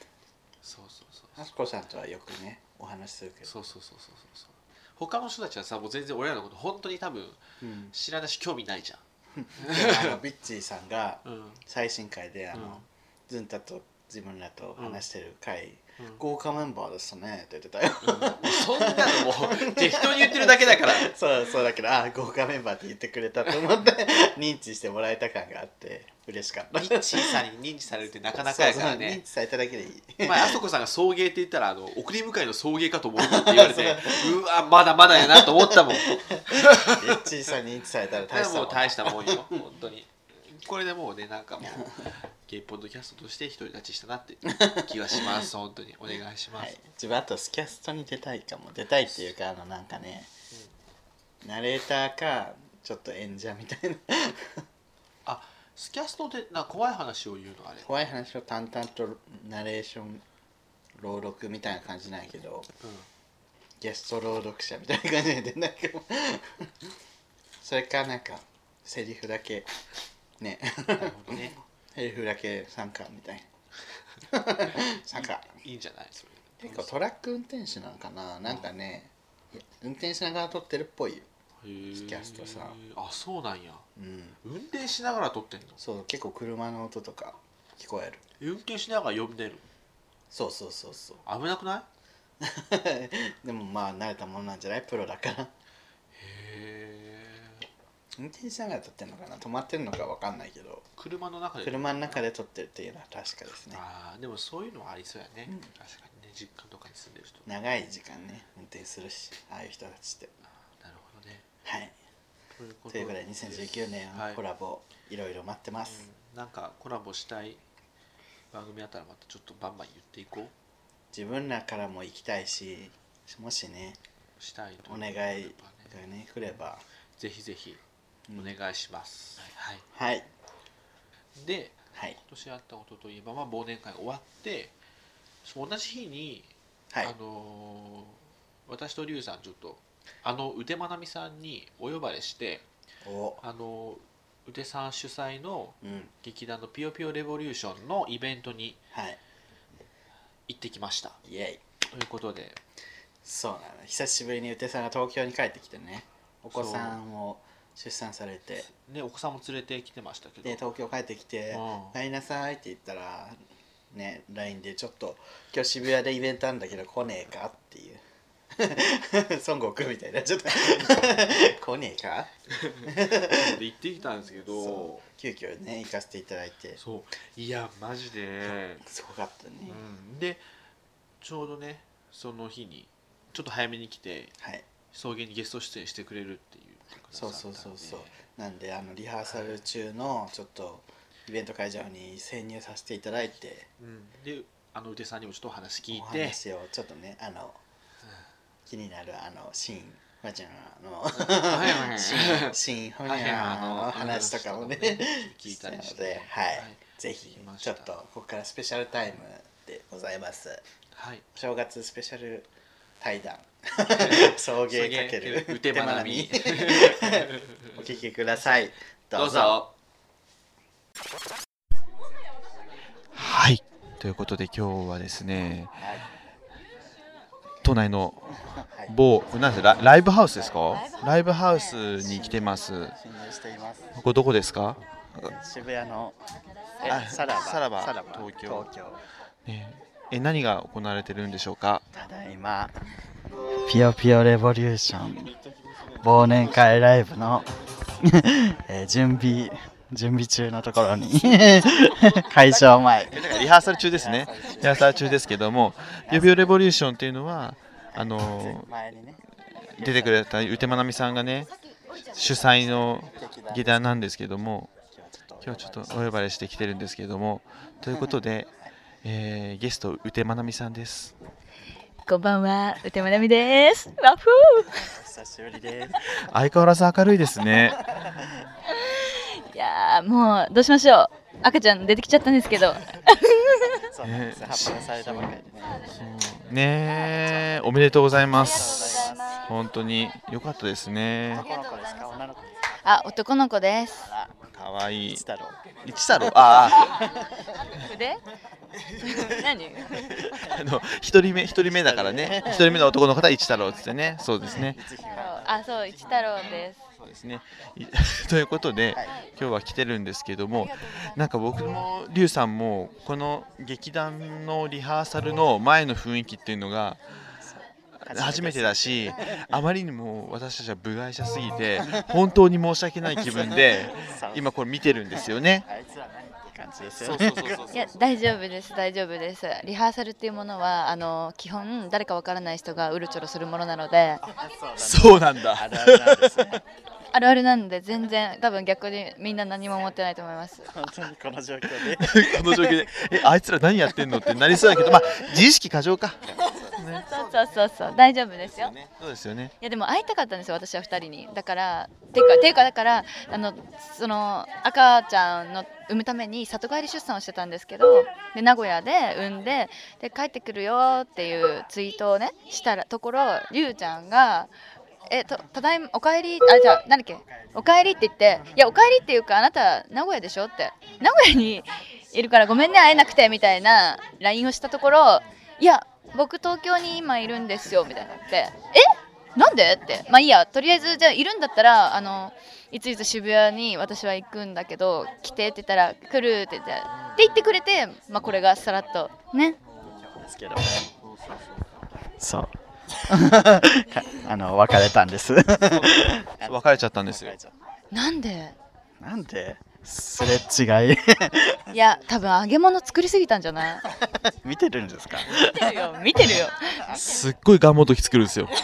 B: そうそうそう
A: あすこさんとはよくねお話しするけど
B: そうそうそうそうそうそう他の人たちはさもう全然俺らのこと本当に多分
A: うん
B: 知らないし興味ないじ
A: でもあのビッチーさんが
B: ゃん、うん、
A: 最新回であの、
B: うん
A: ズンタと自分らと話してる回、
B: うん
A: 豪華メンバーですねって言ってたよ
B: そんなのもう適当に言ってるだけだから
A: そうそうだけどあ豪華メンバーって言ってくれたと思って認知してもらえた感があって嬉しかった
B: ミッチーさんに認知されるってなかなかやから
A: そうそう認
B: ね
A: 知されただけでいい
B: 前あそこさんが送迎って言ったらあの送り迎えの送迎かと思ったって言われて うわまだまだやなと思ったもん
A: エッチーさんに認知されたら大
B: 大
A: し
B: したた
A: も
B: も
A: ん
B: う
A: だ
B: 大したもん よ本当にこれでもうねなんかもうゲイポッドキャストとして独り立ちしたなって気がします本当にお願いしま
A: はい
B: す、、
A: 自分あとスキャストに出たいかも出たいっていうかあのなんかね、ナレーターかちょっと演者みたいな
B: スキャストでなんか怖い話を言うのあれ、
A: 怖い話を淡々とナレーション朗読みたいな感じなんやけど
B: う
A: ゲスト朗読者みたいな感じで出ないかも それかなんかセリフだけね
B: ん、なるほどね
A: セリフだけ参加みたいな 参加
B: いいんじゃないそれ
A: 結構トラック運転手なのかななんかね、運転しながら撮ってるっぽいよ
B: ス
A: キャストさ
B: あそうなんや
A: うん
B: 運転しながら撮ってんの
A: そう結構車の音とか聞こえる
B: 運転しながら呼んでる
A: そうそうそうそう
B: 危なくない
A: でもまあ慣れたもんなんじゃないプロだから
B: へえ
A: 運転しながら撮ってるのかな止まってるのかわかんないけど
B: 車の中で
A: 車の中で撮ってるっていうのは確かですね
B: ああでもそういうのはありそうやね、
A: うん
B: 確かにね実家とかに住んでる人、
A: 長い時間ね運転するしああいう人たちって
B: あーなるほどね
A: はい
B: というこ
A: と
B: とで
A: いうことで2019年
B: は
A: はいコラボいろいろ待ってます、
B: うんなんかコラボしたい番組あったらまたちょっとバンバン言っていこう
A: 自分らからも行きたいしもしね
B: したいと
A: お願いが
B: ね
A: ね来れば
B: ぜひぜひ
A: うん
B: お願いします、はい
A: はい
B: で
A: はい
B: 今年あったことといえば、まあ、忘年会が終わって同じ日に、
A: はい
B: あのー私と龍さんちょっとあの腕まなみさんにお呼ばれして
A: お
B: あの腕さん主催の
A: うん
B: 劇団の「ピヨピヨレボリューション」のイベントに
A: はい
B: 行ってきました
A: イエイ
B: ということで
A: そうなの久しぶりにうてさんが東京に帰ってきてねお子さんを出産されて
B: ねお子さんも連れてきてましたけど
A: で東京帰ってきて
B: うん
A: 「帰りなさい」って言ったらね LINE で「ちょっと今日渋谷でイベントあるんだけど来ねえか?」っていう 孫悟空みたいなちょっと 来ねえか
B: で行ってきたんですけど
A: そう急遽ね行かせていただいて
B: そういやマジで、
A: すごかったね、
B: うん、でちょうどねその日にちょっと早めに来て
A: はい
B: 草原にゲスト出演してくれるっていう
A: そうそうそうそうなんであのリハーサル中のちょっとイベント会場に潜入させていただいて
B: うん、であの腕さんにもちょっとお話聞い
A: お
B: て
A: 話をちょっとねあの気になるあのシーンマジの
B: はいはいはい
A: シーンシーンほに
B: はいはい
A: ゃーの話とかもね
B: 聞いたりし
A: なの
B: て
A: で はい
B: はい
A: ぜひ
B: 聞きまし
A: ちょ
B: た
A: っとここからスペシャルタイムでございます
B: はい
A: お正月スペシャル対談 送迎かけ る
B: 腕まなみ
A: 手学び お聞きくださいどうぞ
B: はいということで今日はですね
A: はい
B: 都内の
A: はい
B: 某なんですかラライブハウスですかラ
C: ラ
B: イ
C: イ
B: ブ
C: ブ
B: ハ
C: ハ
B: ウ
C: ウ
B: ス
C: ス
B: に来てます
A: 侵入しています
B: ここどこですか、
A: 渋谷の
B: あ
A: えさらば
B: さらば東京ねえ何が行われてるんでしょうか
A: ただいまピヨピヨレボリューション忘年会ライブの、 えー準備準備中のところに 会場前
B: リハーサル中ですねリハーサル中ですけども「予備レボリューション」っていうのはあの
A: 前にね
B: 出てくれたうてまなみさんがね主催の下団なんですけども今日ちょっとお呼ばれしてきてるんですけどもということで、えーゲストうてまなみさんです
C: こんばんは、うてまなみです。わっふ
A: お久しぶりです
B: 相変わらず明るいですね
C: ー。いやー、もうどうしましょう。赤ちゃん出てきちゃったんですけど。
A: そうなんです
B: ね
A: 発表されたばかりでねありがとう
B: そうねえおめでとうございま
A: ご
B: す
A: ざいます
B: 本当に良かったですね
A: 男の子ですか女の子です
C: あ、男の子です。
A: か
B: かわいい
A: 一太郎
B: 一太郎あ
C: で？何？
B: ああの一人目一人目だからね一人目の男の方は一太郎っつってねそうですね
A: 一姫
C: あ、そう一太郎です。
B: そうですね。い ということで、
A: はい
B: 今日は来てるんですけども、なんか僕もリュウさんもこの劇団のリハーサルの前の雰囲気っていうのが初めてだし、あまりにも私たちは部外者すぎて本当に申し訳ない気分で
A: そう
B: 今これ見てるんですよね。
A: あいつら何って感じですよね
C: いや大丈夫です大丈夫ですリハーサルっていうものはあの基本誰かわからない人がうるちょろするものなので
A: そう
B: そうなん
A: あ
B: だ。
A: るあるなんですね
C: あるあるなんで全然多分逆にみんな何も思ってないと思います
A: 本当にこの状況で
B: この状況で、え、あいつら何やってんのってなりそうだけど、まあ自意識過剰か。
C: そうそうそうそう大丈夫ですよ
B: そうですよね。
C: いやでも会いたかったんですよ私は2人にだからてかてかだからあのその赤ちゃんの産むために里帰り出産をしてたんですけどで名古屋で産んでで帰ってくるよっていうツイートをねしたらところりゅうちゃんが「えとただいまおかえり」あじゃあ何だっけ「おかえり」って言って「いやおかえりっていうかあなた名古屋でしょ?」って「名古屋にいるからごめんね会えなくて」みたいな LINE をしたところ「いや僕東京に今いるんですよ」みたいになって「えなんでってまあいいやとりあえずじゃあいるんだったらあのいついつ渋谷に私は行くんだけど来てって言ったら来るって言ってって言ってくれて、まあ、これがさらっとね
A: ですけどそうか あの別れたんです
B: 別れちゃったんですよ。
C: なんで
A: なんですれ違い
C: いや多分揚げ物作りすぎたんじゃない
A: 見てるんですか
C: 見てるよ見てるよ
B: すっごいガンモドキ作るんですよ。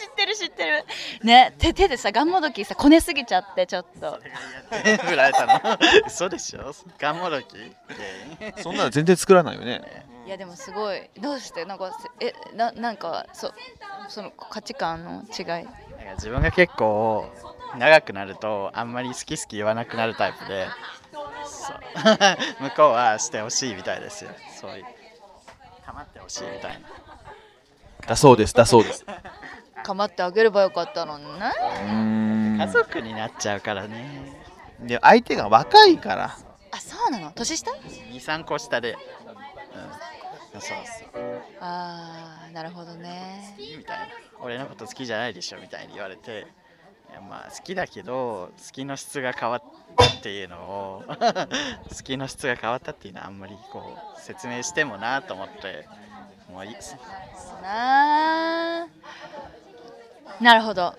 C: 知ってる知ってるね手手でさガンモドキさこねすぎちゃってちょっと
A: 振られたの嘘でしょガンモドキ
B: そんなの全然作らないよね。
C: いやでもすごいどうしてなんかえななんかそうその価値観の違い
A: なんか自分が結構長くなるとあんまり好き好き言わなくなるタイプでそう 向こうはしてほしいみたいですよそういう構ってほしいみたいな
B: だそうです、だそうです。
C: 構ってあげればよかったのにね
D: うん
A: 家族になっちゃうからね
D: で相手が若いから
C: あそうなの年下
A: 23個下で、うん、そうそう
C: あーなるほどね
A: みたいな俺のこと好きじゃないでしょみたいに言われていやまあ好きだけど好きの質が変わったっていうのを 好きの質が変わったっていうのはあんまりこう説明してもなと思ってもういい
C: なあなるほど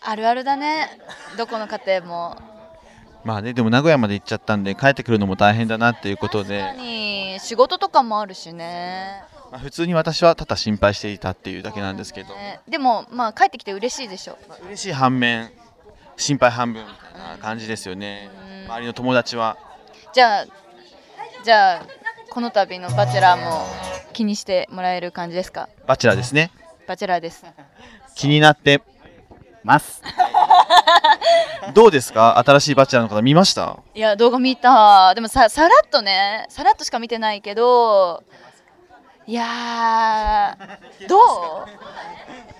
C: あるあるだねどこの家庭も
D: まあねでも名古屋まで行っちゃったんで帰ってくるのも大変だなっていうことで、
C: 確かに仕事とかもあるしね
D: まあ、普通に私はただ心配していたっていうだけなんですけど、
C: ねでもまあ帰ってきて嬉しいでしょ
D: まあ嬉しい反面心配半分みたいな感じですよね
C: うん
D: 周りの友達は
C: じゃあじゃあこの度の「バチェラー」も気にしてもらえる感じですか
D: バチェラーですね
C: バチェラーです
D: 気になって
A: ます
D: どうですか新しいバチェラーの方見ました
C: いや動画見たでもささらっとねさらっとしか見てないけどいやーどう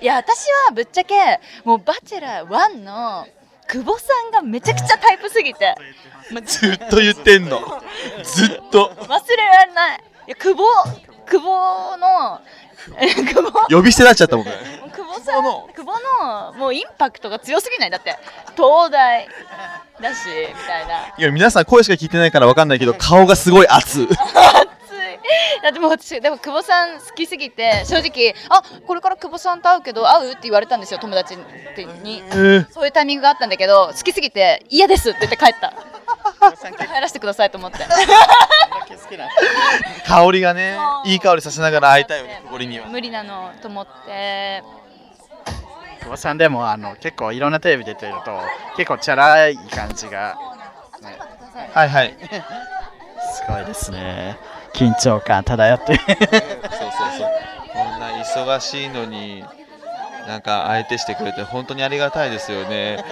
C: いや私はぶっちゃけもう「バチェラー1」の久保さんがめちゃくちゃタイプすぎてもう
D: ずっと言って んのずっと
C: 忘れられないいや久保久保のえ久保
D: 呼び捨てになっちゃった僕
C: 久保さん
D: 久保の
C: 久保のもうインパクトが強すぎないだって東大だしみたいない
D: や皆さん声しか聞いてないからわかんないけど顔がすごい 熱
C: ついだってもう私でも久保さん好きすぎて正直あこれから久保さんと会うけど会うって言われたんですよ友達に
D: え
C: そういうタイミングがあったんだけど好きすぎて嫌ですって言って帰った帰らせてくださいと思って
D: 香りがね
C: そう
D: いい香りさせながら会いたいよねこりには
C: 無理なのと思って
A: 久保さんでもあの結構いろんなテレビ出てると結構チャラい感じが
D: はいはい
A: すごいですね緊張感 漂って
D: そうそうそうこんな忙しいのになんか相手してくれて本当にありがたいですよね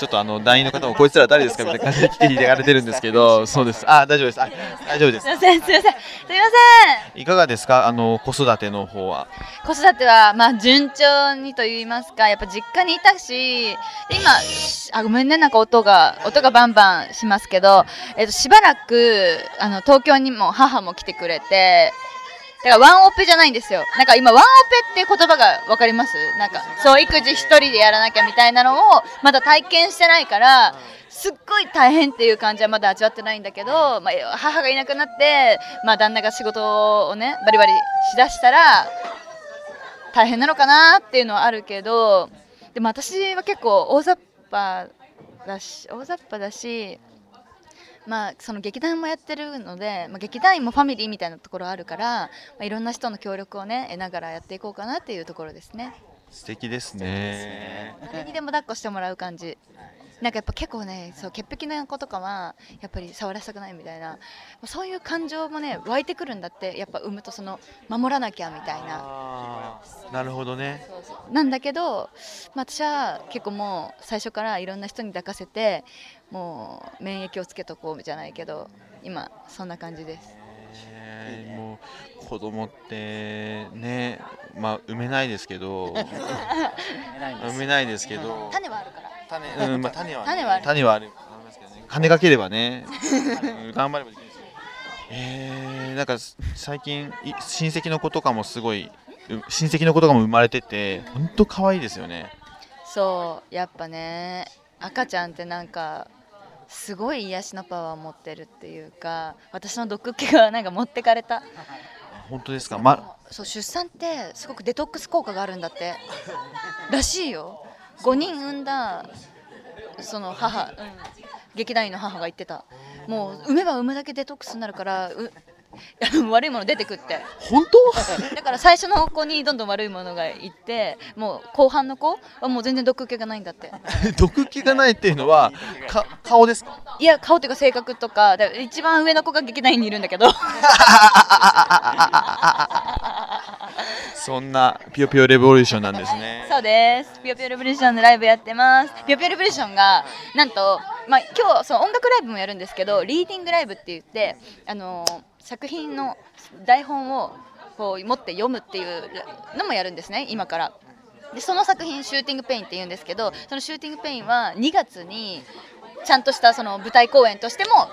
D: ちょっとあの団員の方もこいつら誰ですかみたいな感じで来ていただいてるんですけど そうですあ大丈夫ですあ大丈夫です
C: すいませんすいませんすいません
D: いかがですかあの子育ての方は
C: 子育てはまあ順調にと言いますかやっぱ実家にいたし今あごめんねなんか音が音がバンバンしますけど、えっと、しばらくあの東京にも母も来てくれてだからワンオペじゃないんですよなんか今ワンオペっていう言葉が分かりますなんかそう育児一人でやらなきゃみたいなのをまだ体験してないからすっごい大変っていう感じはまだ味わってないんだけど、まあ、母がいなくなって、まあ、旦那が仕事をねバリバリしだしたら大変なのかなっていうのはあるけどでも私は結構大雑把だし大雑把だしまあその劇団もやってるので、まあ、劇団員もファミリーみたいなところあるから、まあ、いろんな人の協力をね得ながらやっていこうかなっていうところですね
D: 素敵ですね
C: 誰にでも抱っこしてもらう感じなんかやっぱ結構ねそう潔癖な子とかはやっぱり触らせたくないみたいなそういう感情もね湧いてくるんだってやっぱ産むとその守らなきゃみたいな
D: あーなるほどね
C: なんだけど、まあ、私は結構もう最初からいろんな人に抱かせてもう免疫をつけとこうじゃないけど今そんな感じです
D: えーもう子供ってねまあ産めないですけど産めないですけど
C: 種はあるから
D: 種うんまあ種はね
C: 種はある
D: 種はあるありますけどね金かければねうん頑張ればできるんですよえー、なんかす最近い親戚の子とかもすごいう親戚の子とかも生まれてて本当可愛いですよね
C: そうやっぱね赤ちゃんってなんかすごい癒しのパワーを持ってるっていうか私の毒気がなんか持ってかれた
D: 本当ですかま
C: そう出産ってすごくデトックス効果があるんだってらしいよ5人産んだその母、うん、劇団員の母が言ってたもう産めば産むだけデトックスになるからう 悪いもの出てくって
D: 本当
C: だから最初の子にどんどん悪いものがいってもう後半の子はもう全然毒受けがないんだって
D: 毒気がないっていうのはか顔ですか
C: いや顔というか性格とかだから一番上の子が劇団員にいるんだけど
D: そんなピヨピヨレボリューションなんですね
C: そうです。ピヨピヨレボリューションのライブやってます。ピヨピヨレボリューションがなんとまあ今日その音楽ライブもやるんですけど、リーディングライブって言ってあのー作品の台本をこう持って読むっていうのもやるんですね。今から。でその作品「シューティング・ペイン」って言うんですけどその「シューティング・ペイン」は2月にちゃんとしたその舞台公演としても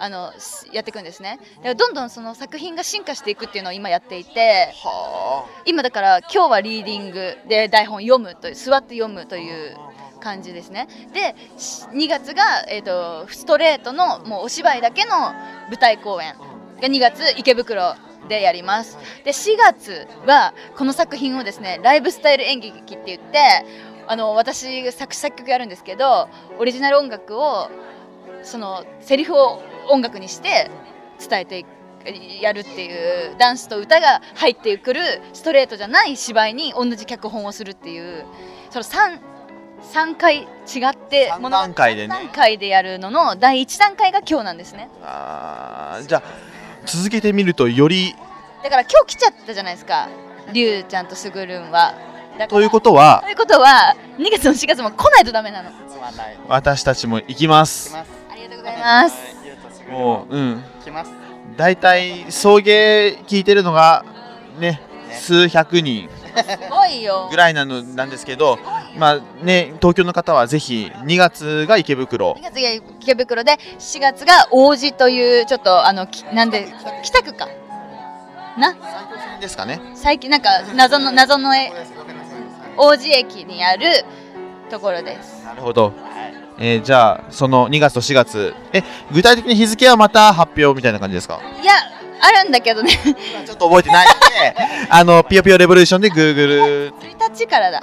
C: あのすやっていくんですねでどんどんその作品が進化していくっていうのを今やっていて
B: は
C: 今だから今日はリーディングで台本読むという座って読むという感じですねでし2月が、えー、とストレートのもうお芝居だけの舞台公演
B: あ
C: が2月池袋でやりますで4月はこの作品をですねライブスタイル演劇って言ってあの私作詞作曲やるんですけどオリジナル音楽をそのセリフを音楽にして伝えていくやるっていうダンスと歌が入ってくるストレートじゃない芝居に同じ脚本をするっていうその 3, 三回違って
D: 三段階でね
C: 三段階でやるのの第1段階が今日なんですね。
D: あーじゃあ続けてみるとより
C: だから今日来ちゃったじゃないですか、りゅうちゃんとすぐるんは。だから
D: ということは
C: ということは、2月も4月も来ないとダメなの。
E: つまんない。行
D: 私たちも行きま
E: き
D: す
E: ます。
C: ありがとうございます。
E: ゆうとしぐる
D: もううん
E: 行きます。
D: 大体送迎聞いてるのがね
E: ね
D: 数百人
C: すごいよ
D: ぐ。らいなのなんですけどまあね東京の方はぜひ2月が池袋
C: 2月が池袋で、4月が王子という、ちょっと、あの、きなんで、北区か。な、
D: ですかね
C: 最近、なんか、謎の、謎のえ
E: ここです。ごめんなさい
C: 王子駅にあるところです。
D: なるほど、
E: はい。
D: えーじゃあその2月と4月え具体的に日付はまた発表みたいな感じですか
C: いや、あるんだけどね、
D: 今ちょっと覚えてないので あのピヨピヨレボリューションで Google
C: 1日からだ、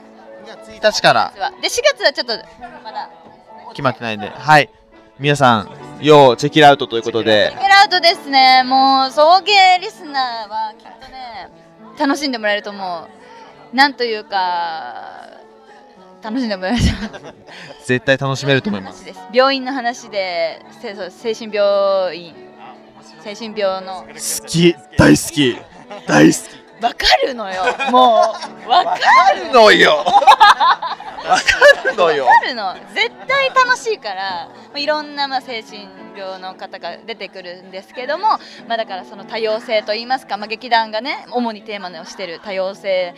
D: 1日から
C: 実は。で、4月はちょっと、まだ。
D: 決まってないんではい皆さん要チェキラウトということで
C: チェックアウトですね。もう送迎リスナーはきっとね楽しんでもらえると思う。なんというか楽しんでもらえる
D: 絶対楽しめると思います
C: 話です。病院の話でせそう精神病院精神病のわ
D: 好き大好き大好
C: かるのよ。もうわか
D: きのよわかるのよ
C: るの。絶対楽しいから、まあいろんなまあ精神病の方が出てくるんですけども、まあだからその多様性と言いますか、まあ劇団がね主にテーマをしてる多様性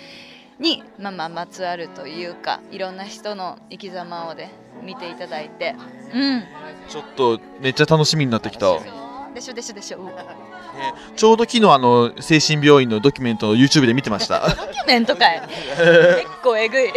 C: にまあまあまつわるというかいろんな人の生き様をで、見ていただいてうん
D: ちょっとめっちゃ楽しみになってきた
C: でしょでしょでしょド
D: ちょうど昨日あの精神病院のドキュメントを YouTube で見てました
C: キュメントかい結構えぐい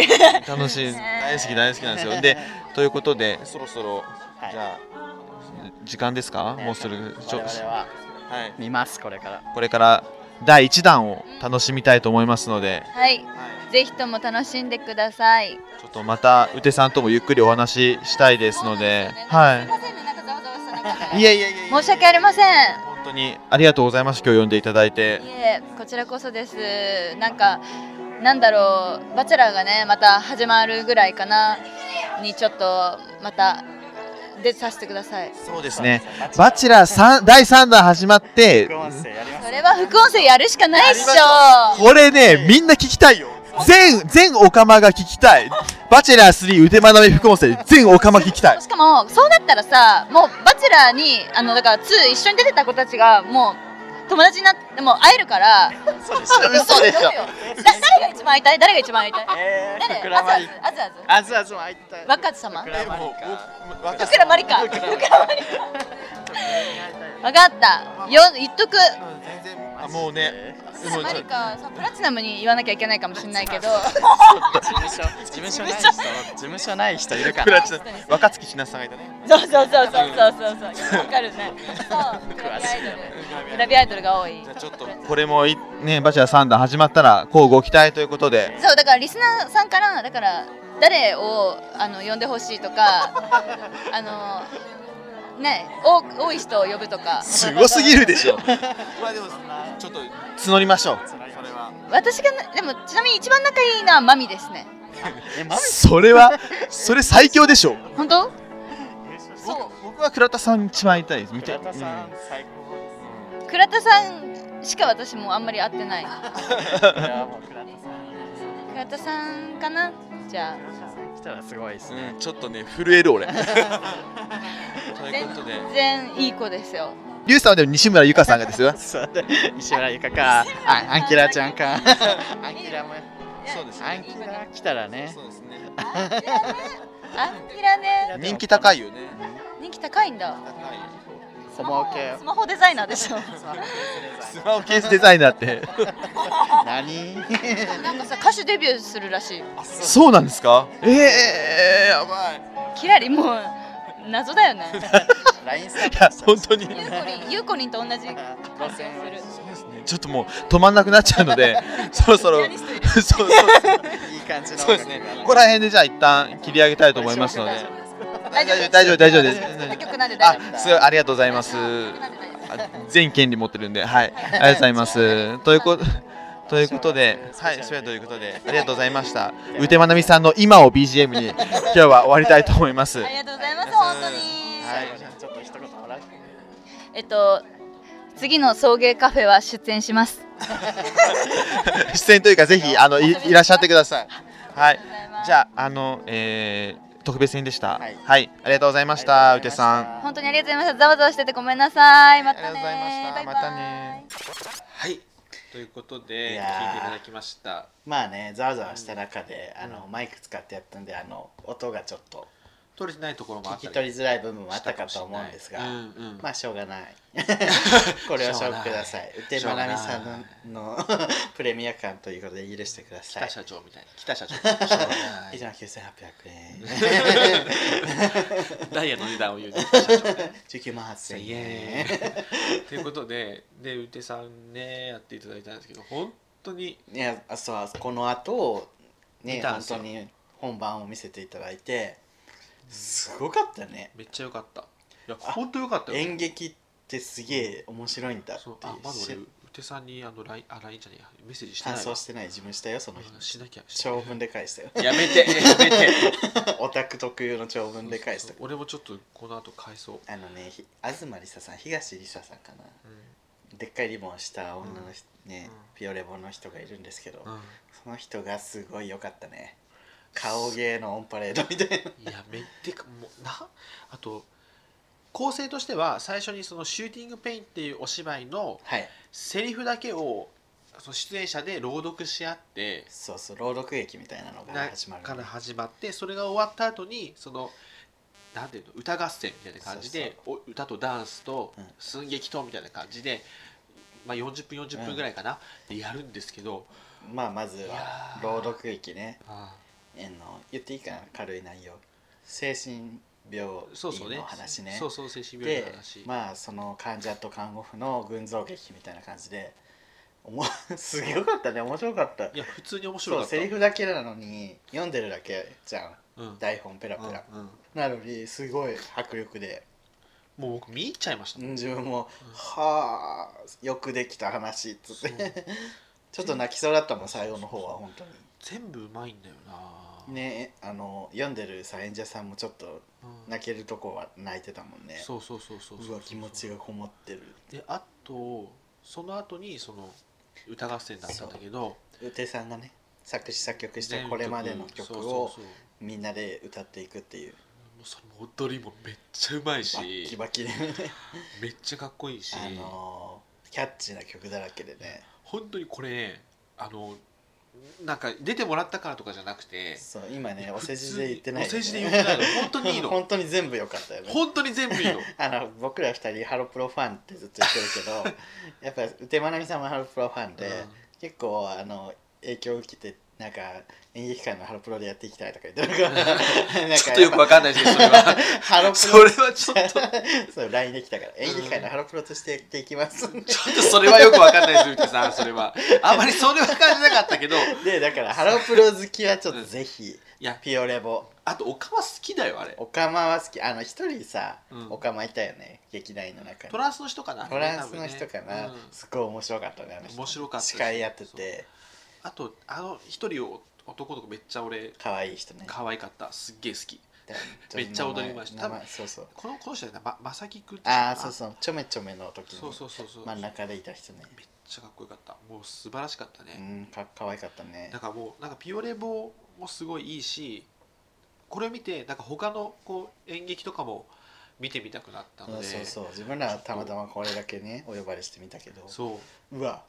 D: 楽しい大好き大好きなんですよでということでそろそろ
E: はい
D: じゃあ時間ですかもうすぐち
E: 我
D: ょ
E: 々は
D: はい
A: 見ますこれから
D: これから第1弾を楽しみたいと思いますので
C: はいぜひとも楽しんでください
D: ちょっとまた宇手さんともゆっくりお話ししたいですのではい
C: すいませんねなんかざわざわした中から
D: いやいやいやいや
C: 申し訳ありません
D: 本当にありがとうございます今日呼んでいただいて
C: いえこちらこそですなんかなんだろう「バチェラー」がねまた始まるぐらいかなにちょっとまた出させてください
D: そうですねバチェラー三第3弾始まって
E: 副音声やります
C: そ。れは副音声やるしかないっしょ
D: これねみんな聞きたいよ全全オカマが聞きたいバチェラー3腕学び副音声全オカマ聞きたい
C: しかもそうなったらさもう「バチェラーに」あのだから2一緒に出てた子たちがもう友達になってもう会えるから
E: そうです。
D: 嘘でしょ
C: だ誰が一番会いたい誰が一番会いたい
E: えー、ふ
C: 誰
E: く
C: あ
E: ら
C: ずあ
E: ま
C: ず
E: り。
C: あずあず
E: あずあずも入った。
C: 若津様
E: ふくらまりか。
C: ふくらまりかふくらまりか分かったよ言っとく
E: 全然
D: あもうね
C: ふくらまりかさプラチナムに言わなきゃいけないかもしれないけど
E: 事務所事務 所ない人事務所ない人いるか
D: プ
E: ら
D: ラチナ若槻ひなさんがいたね
C: そうそうそうそうそうそうそうわかるねそうグラビアアイドルグラビアアイドルが多い
D: じゃあちょっとこれもいねバチェラー3弾始まったらこうご期待ということで
C: そうだからリスナーさんからだから誰をあの呼んでほしいと かあのね多多い人を呼ぶとか
D: すごすぎるでしょ
E: まあでもそんな
D: ちょっと募りましょう
E: それは
C: 私がなでもちなみに一番仲いいのはマミですね
E: えマミ
D: それはそれ最強でしょ
C: 本当そ
D: 僕は倉田さんに一番会いたいです見
E: 倉
D: て
E: 田さん最
C: う倉田さんしか私もあんまり会ってない
E: 高いやもう倉田さ
C: 倉田さんかなじゃ
E: ん来たらすごいですね
D: うん、ちょっとね震える俺ということで
C: あ全然いい子ですよ
D: リュウさんはでも西村ゆかさんがですよ
E: そうだ西村ゆかかあアンキラちゃんかアンキラも
C: い
D: そうです
A: アンキラ来たらね
D: そうですね
C: アンキラね
D: 人気高いよね
C: 人気高いんだ
D: 高い
A: スマホ系
C: スマホデザイナーでしょ
D: スマホケースデザイナーって
A: 何
C: なんかさ歌手デビューするらしい
D: そうなんですかええやばい
C: キラリもう謎だよね
A: ラインス
D: いや本当に
C: ゆうこりんゆうこりんと同じ
A: 路線を
D: ちょっともう止まんなくなっちゃうの でそろそろそうそう
A: いい感じの
D: そうですねここら辺でじゃあ一旦切り上げたいと思いますの で
C: 大丈夫
D: 大丈夫大丈夫です
C: 曲なんで大丈夫
D: あすごいありがとうございます
C: なんで大丈夫
D: あ全権利持ってるんで、はい、ありがとうございます。ということ。ということで、はい、それということで、ありがとうございました。うてまなみさんの今を BGM に、今日は終わりたいと思います。
C: あ
D: は
C: り
D: い、
C: がとうございます本当に
A: ちょっと一言もらって
C: えっと次の送迎カフェは出演します
D: 出演というか、ぜひ、あの、いいらっしゃってください。は
C: あ
D: い
C: りがとうございま、す
D: じゃあ、あの、えー特別編でした。は
A: はい
D: い、ありがとうございました。うてさん。
C: 本当にありがとうございましたざわざわしててごめんなさいまたね
D: ありがとうございました
C: バイバイ
D: またね
B: はいということ
A: い
B: で
A: やー
B: 聞いていただきました
A: まあねざわざわした中であのマイク使ってやったんであの音がちょっと
B: 取れてないところもあ
A: 聞
B: った
A: き取り
B: り
A: づらい部分もあっ
B: し
A: た
B: たか
A: か
B: もし
A: と
B: れ
A: 思う
B: なんい
A: ですが、
B: うんうん
A: まあしょうが ない これは勝負ください宇手まなみさんの のプレミア感ということで許してくださ
B: 北
A: い
B: 社長みたいな北 社長しょうがな
A: 以上
B: い
A: 9800円
B: ダイヤの値段を言うね 北社長
A: 19万8000円
B: イエということで、で、うてさんね、やっていただいたんですけど、本当に。
A: いやあそうこの後ね
B: 見たん
A: 本
B: ですよ
A: 当に本番を見せていただいてすごかったね
B: めっちゃ良かった。いや、本当良かったよ。
A: 演劇ってすげえ面白いんだってい
B: そうう、あ、まだ俺、
A: し
B: うてさんに、あの、ライン、あ、ラインじゃねえや、メッセージしてな
A: 感
B: い
A: 想
B: わ。
A: してない自分したよその日
B: うんしなきゃ。しなき
A: 長文で返したよ
B: ゃやめて、やめて。
A: オタク特有の長文で返し
B: そ
A: た
B: うそうそう俺もちょっと、この後、返そう。
A: あのねひ東りささん東りささんかな
B: う
A: でっかいリボンをした女の人ね、
B: うん
A: ピオレボの人がいるんですけど、
B: ん。うん
A: その人がすごい良かったね顔芸のオンパレードみ たいな
B: いや、めってか、もう、な、あと。構成としては、最初に、その、シューティングペインっていうお芝居の。
A: はい
B: セリフだけを。その出演者で朗読し合って。
A: そうそう朗読劇みたいなのが
B: な
A: 始まる
B: から始まってそれが終わった後にそのなんていうの歌合戦みたいな感じでお歌とダンスと
A: うん
B: 寸劇とみたいな感じで、まあ、40分40分ぐらいかな、でやるんですけど
A: まあまず
B: いや
A: は
B: ー
A: 朗読劇ね
B: あ
A: あの言っていいかな軽い内容精神病
B: そうそうね
A: の話ね
B: そうそう精神病院の
A: で
B: 話、
A: まあその患者と看護婦の群像劇みたいな感じでおも すごかったね面白かった
B: いや普通に面白
A: そ
B: か
A: う
B: った
A: セリフだけなのに読んでるだけじゃん
B: うんうん
A: 台本ペラペラ、
B: うん
A: なのにすごい迫力で
B: もう僕見入っちゃいました、
A: うん自分も
B: う
A: 「
B: ん
A: はあよくできた話」っつっ
B: そう
A: て ちょっと泣きそうだったもん最後の方は本当
B: 全部うまいんだよな、
A: にねあの読んでるさ演者さんもちょっと
B: うん
A: 泣けるとこは泣いてたもんね
B: そうそうそうそうそう
A: うわ気持ちがこもってる
B: であとその後にその歌合戦だったんだけど
A: うてさんがね作詞作曲した
B: 全
A: これまでの曲を
B: そうそうそう
A: みんなで歌っていくっていう
B: もうその踊りもめっちゃうまいし
A: バッキバキでね
B: めっちゃかっこいいし、
A: あのーキャッチーな曲だらけでね
B: 本当にこれねあのなんか出てもらったからとかじゃなくて
A: そう今ねお世辞で言ってないよ
B: お
A: ね、
B: 世辞で言ってないの本当にいいの
A: 本当に全部良かったよね
B: 本当に全部いいの
A: あの僕ら二人ハロプロファンってずっと言ってるけどやっぱり宇手まなみさんもハロプロファンで、結構あの影響を受けてなんか演劇界のハロプロでやっていきたいとか言ってるからなんか
D: ちょっとよくわかんないですけど、それ は。
A: ハロプ
D: それはちょっと、
A: ロそう LINE できたから演劇界のハロプロとしてやっていきますんで
D: ちょっとそれはよくわかんないです、うてさん、それは。あまりそれは感じなかったけど、
A: でだからハロプロ好きはちょっとぜひ
B: いや
A: ピオレボ
B: あとおかは好きだよあれ
A: オカマは好きあの一人さ、
B: うん
A: オカマいたよね劇団員の中に
B: トランスの人かな
A: トランスの人
B: 多
A: か
B: 分ね
A: な、
B: うん
A: すごい面白かったねあの人
B: 面白かった
A: 司会やってて
B: あとあの一人を男の子めっちゃ俺
A: 可愛い人ね
B: 可愛かったすっげえ好き
A: で
B: めっちゃ踊りました
A: 名前名前そうそう
B: このこの人だなままさきくんって人かな
A: ああそうそうちょめちょめの時に
B: そうそうそうそう
A: 真ん中でいた人ね
B: めっちゃかっこよかったもう素晴らしかったね、
A: うんか可愛かったね
B: なんかもうなんかピオレボもすごいいいしこれを見てなんか他のこう演劇とかも見てみたくなった
A: そ
B: の
A: う
B: で
A: そうそう自分らはたまたまこれだけねお呼ばれしてみたけど
B: そう
A: うわ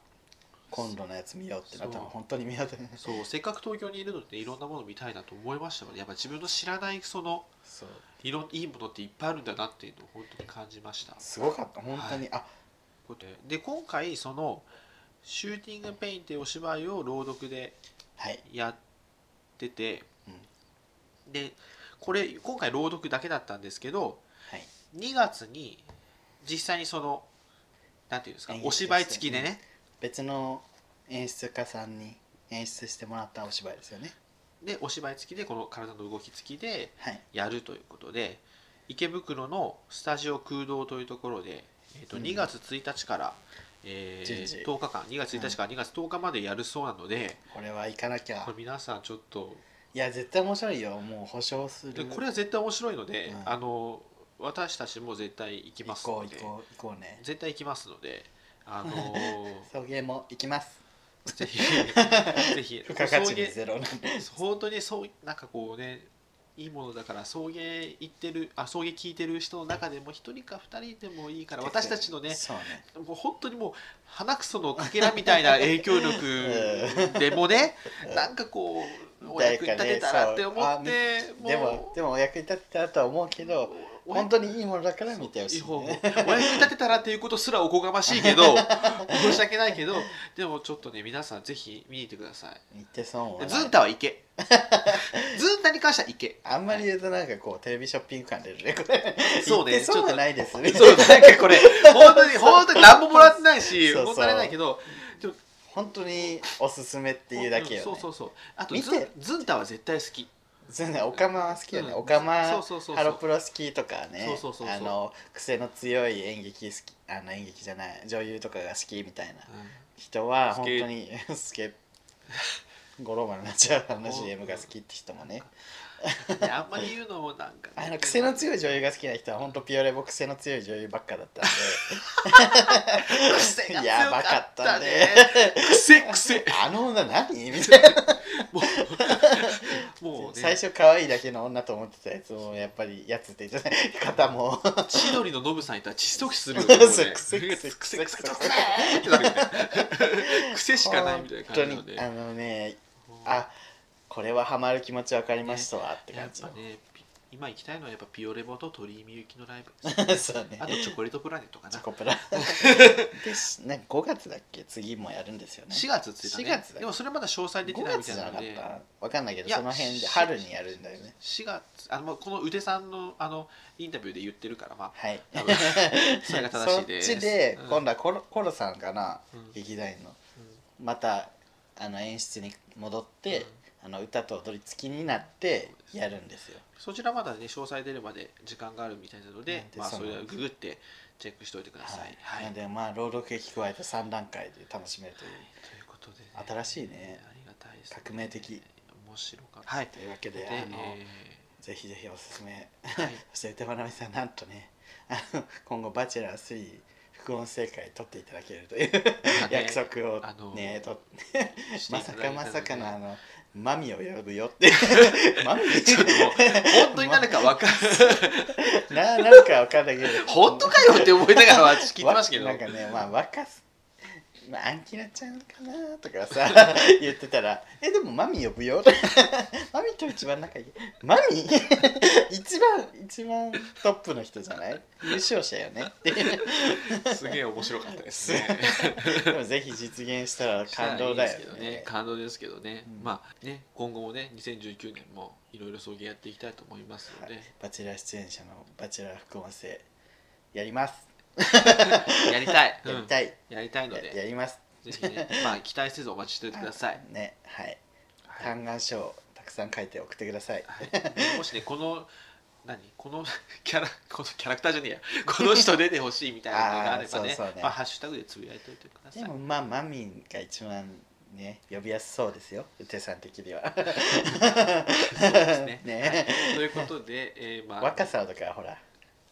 A: 今度のやつ見ようってなったら
B: そう
A: 本当に見ようってね
B: そうせっかく東京にいるのでいろんなもの見たいなと思いましたのでやっぱ自分の知らないその
A: そう
B: いろいいものっていっぱいあるんだなっていうのを本当に感じました
A: すごかった本当に、あ
B: で今回その「シューティング・ペイン」っていうお芝居を朗読で
A: はい
B: やってて、でこれ今回朗読だけだったんですけど
A: はい
B: 2月に実際にそのなんていうんですか
A: 演劇
B: お芝居付きでね
A: 別の演出家さんに演出してもらったお芝居ですよね
B: でお芝居付きでこの体の動き付きで
A: はい
B: やるということで池袋のスタジオ空洞というところで、えー、と
A: うん
B: 2月1日から、えー
A: 順次
B: 10日間2月1日から2月10日までやるそうなので、
A: これは行かなきゃ
B: これ皆さんちょっと
A: いや絶対面白いよもう保証す
B: で
A: る
B: これは絶対面白いので、
A: うん
B: あの私たちも絶対行き
A: 行
B: ます
A: こ
B: の
A: う
B: で
A: 行こう行こうね
B: 絶対行きますのであの
A: 送迎も行きます
B: ぜひぜひ
A: 付加価値
B: 送
A: に
B: 迎
A: ゼロなんで
B: 本当にそうなんかこうねいいものだから送迎行ってるあ送迎聞いてる人の中でも一人か二人でもいいから私たちのね
A: そうね
B: もう本当にもう鼻くそのかけらみたいな影響力でもねなんかこうお役に立てたらって思って、もう
A: でもでもお役に立てたとは思うけど
B: お
A: 本当にいいものだから見てほし
B: い
A: い、
B: 方法お
A: ね
B: 役、に立てたらっていうことすらおこがましい けど申し訳ないけどでもちょっとね皆さんぜひ見に行ってください
A: 言ってそう思うな
B: ズンタは行 けズンタに関しては行け
A: あんまり言うとなんかこうテレビショッピング感出るねこれ
B: そうね
A: 言ってそう
B: ちょっ
A: は
B: と
A: ないですね
B: そうなんか これ本当に本当に何ももらってない
A: そ
B: し
A: うそう
B: もったいないけど
A: 本当におすすめっていうだけよ、ね、
B: そうそうそうあと
A: 見
B: ズン
A: て
B: ズンタは絶対好き
A: そうね、オカマは好きよね。
B: うん
A: オカマ、
B: そうそうそうそう
A: ハロプロ好きとかね。
B: そうそうそうそう
A: あの癖の強い演劇好き、あの演劇じゃない、女優とかが好きみたいな人は
B: 好
A: 本
B: き
A: 当に スケ。ゴローマルになっちゃうあの CM が好きって人もね。
B: であんまり言うのもなんかね、
A: あの癖の強い女優が好きな人は本当ピオレボ癖の強い女優ばっかだったん
B: 癖が
A: で。
B: 強
A: や
B: か
A: ばかっ
B: ったた
A: ね
B: ね。癖癖
A: あの女何みたいな。
B: も うもうね
A: 最初可愛いだけの女と思ってたやつもやっぱりやつって言ってない方も。
B: 千鳥のノブさんいたら窒息死するよ、ね。
A: そう
B: もうね
A: 癖癖
B: 癖
A: 癖
B: 癖癖ってなるよね癖しかないみたいな感じなの
A: 本
B: で。
A: 当に
B: やっ
A: あのねあこれはハマる気持ちわかりましたわって
B: ぱ
A: 感
B: ね
A: じ、
B: ピ今行きたいのはやっぱピオレボと鳥居みゆきのライブ。
A: そうね
B: あとチョコレートプラネットか
A: チ
B: な
A: ョ。コプラ でしなんか5月だっけ次もやるんですよね
B: 4月1日、ね。
A: 4月だ
B: でもそれまだ詳細出て
A: 5
B: ないみ
A: 月
B: たい
A: じゃ
B: な
A: な
B: の
A: かっ
B: で。
A: たわかんないけど
B: いや
A: その辺
B: し
A: で春にやるんだよね
B: 4月あのまあこの腕さんのあのインタビューで言ってるからまあ
A: はい
B: 多分それが 正
A: そ
B: し
A: っ
B: いです。
A: ちで
B: うん
A: 今度はコロ,、コロさんかな、
B: うん
A: 劇団員のまたあの演出に戻って、あの歌と踊り付きになってやるんですよ
B: そちらまだね詳細出るまで時間があるみたいなので
A: なん、で
B: まあ
A: そ
B: そ
A: の
B: れはググってチェックしておいてください。はい。
A: なのでまあ朗読劇加えた3段階で楽しめるという
B: ということで、ね、
A: 新しいね
B: ありがたいです、
A: 革命的
B: 面白かった。はい。
A: というわけで
B: で、
A: あの、
B: え
A: ぜひぜひおすすめ
B: ーはい、
A: そして歌丸さんなんとねあの今後「バチェラー3」副音声会取っていただけるという 約束を
B: あの
A: ねと
B: して
A: ま
B: いた
A: さ
B: だ
A: か
B: いたので
A: まさかのあのマミを呼ぶよ ってマミ
B: ちょっともう本当に誰かわかん
A: ななんかわかんないけど
B: 本当かよって思いながら私聞いてましたけど
A: わなんかねまあ若すまあ、アンキラちゃんかなとかさ 言ってたら「えでもマミ呼ぶよ」 マミと一番仲いいマ ミ一番一番トップの人じゃない優勝者よ ねっていう
B: すげえ面白かったですね。
A: でもぜひ実現したら感動だよ
B: したらいいですけど
A: ね
B: ね 感動ですけどね、
A: うん
B: まあね今後もね2019年もいろいろ送迎やっていきたいと思いますので、
A: バチェラー出演者のバチェラー副音声やります
B: やりたい、
A: やりたい、
B: うんやりたいの
A: やや
B: で
A: ります
B: ぜひねまあ期待せずお待ちしておいてください、
A: ねはい
B: はい
A: 嘆願書をたくさん書いて送ってください
B: はいもしねこの何このキャラこのキャラクターじゃねえやこの人出てほしいみたいなのがあ
A: あ
B: ればね
A: ーそうそうね
B: まあ、ハッシュタグでつぶやいておいてください
A: でもまあマミンが一番ね呼びやすそうですようてさん的には
B: そうですね
A: ね
B: ということで、えーまあ、
A: 若さとかほら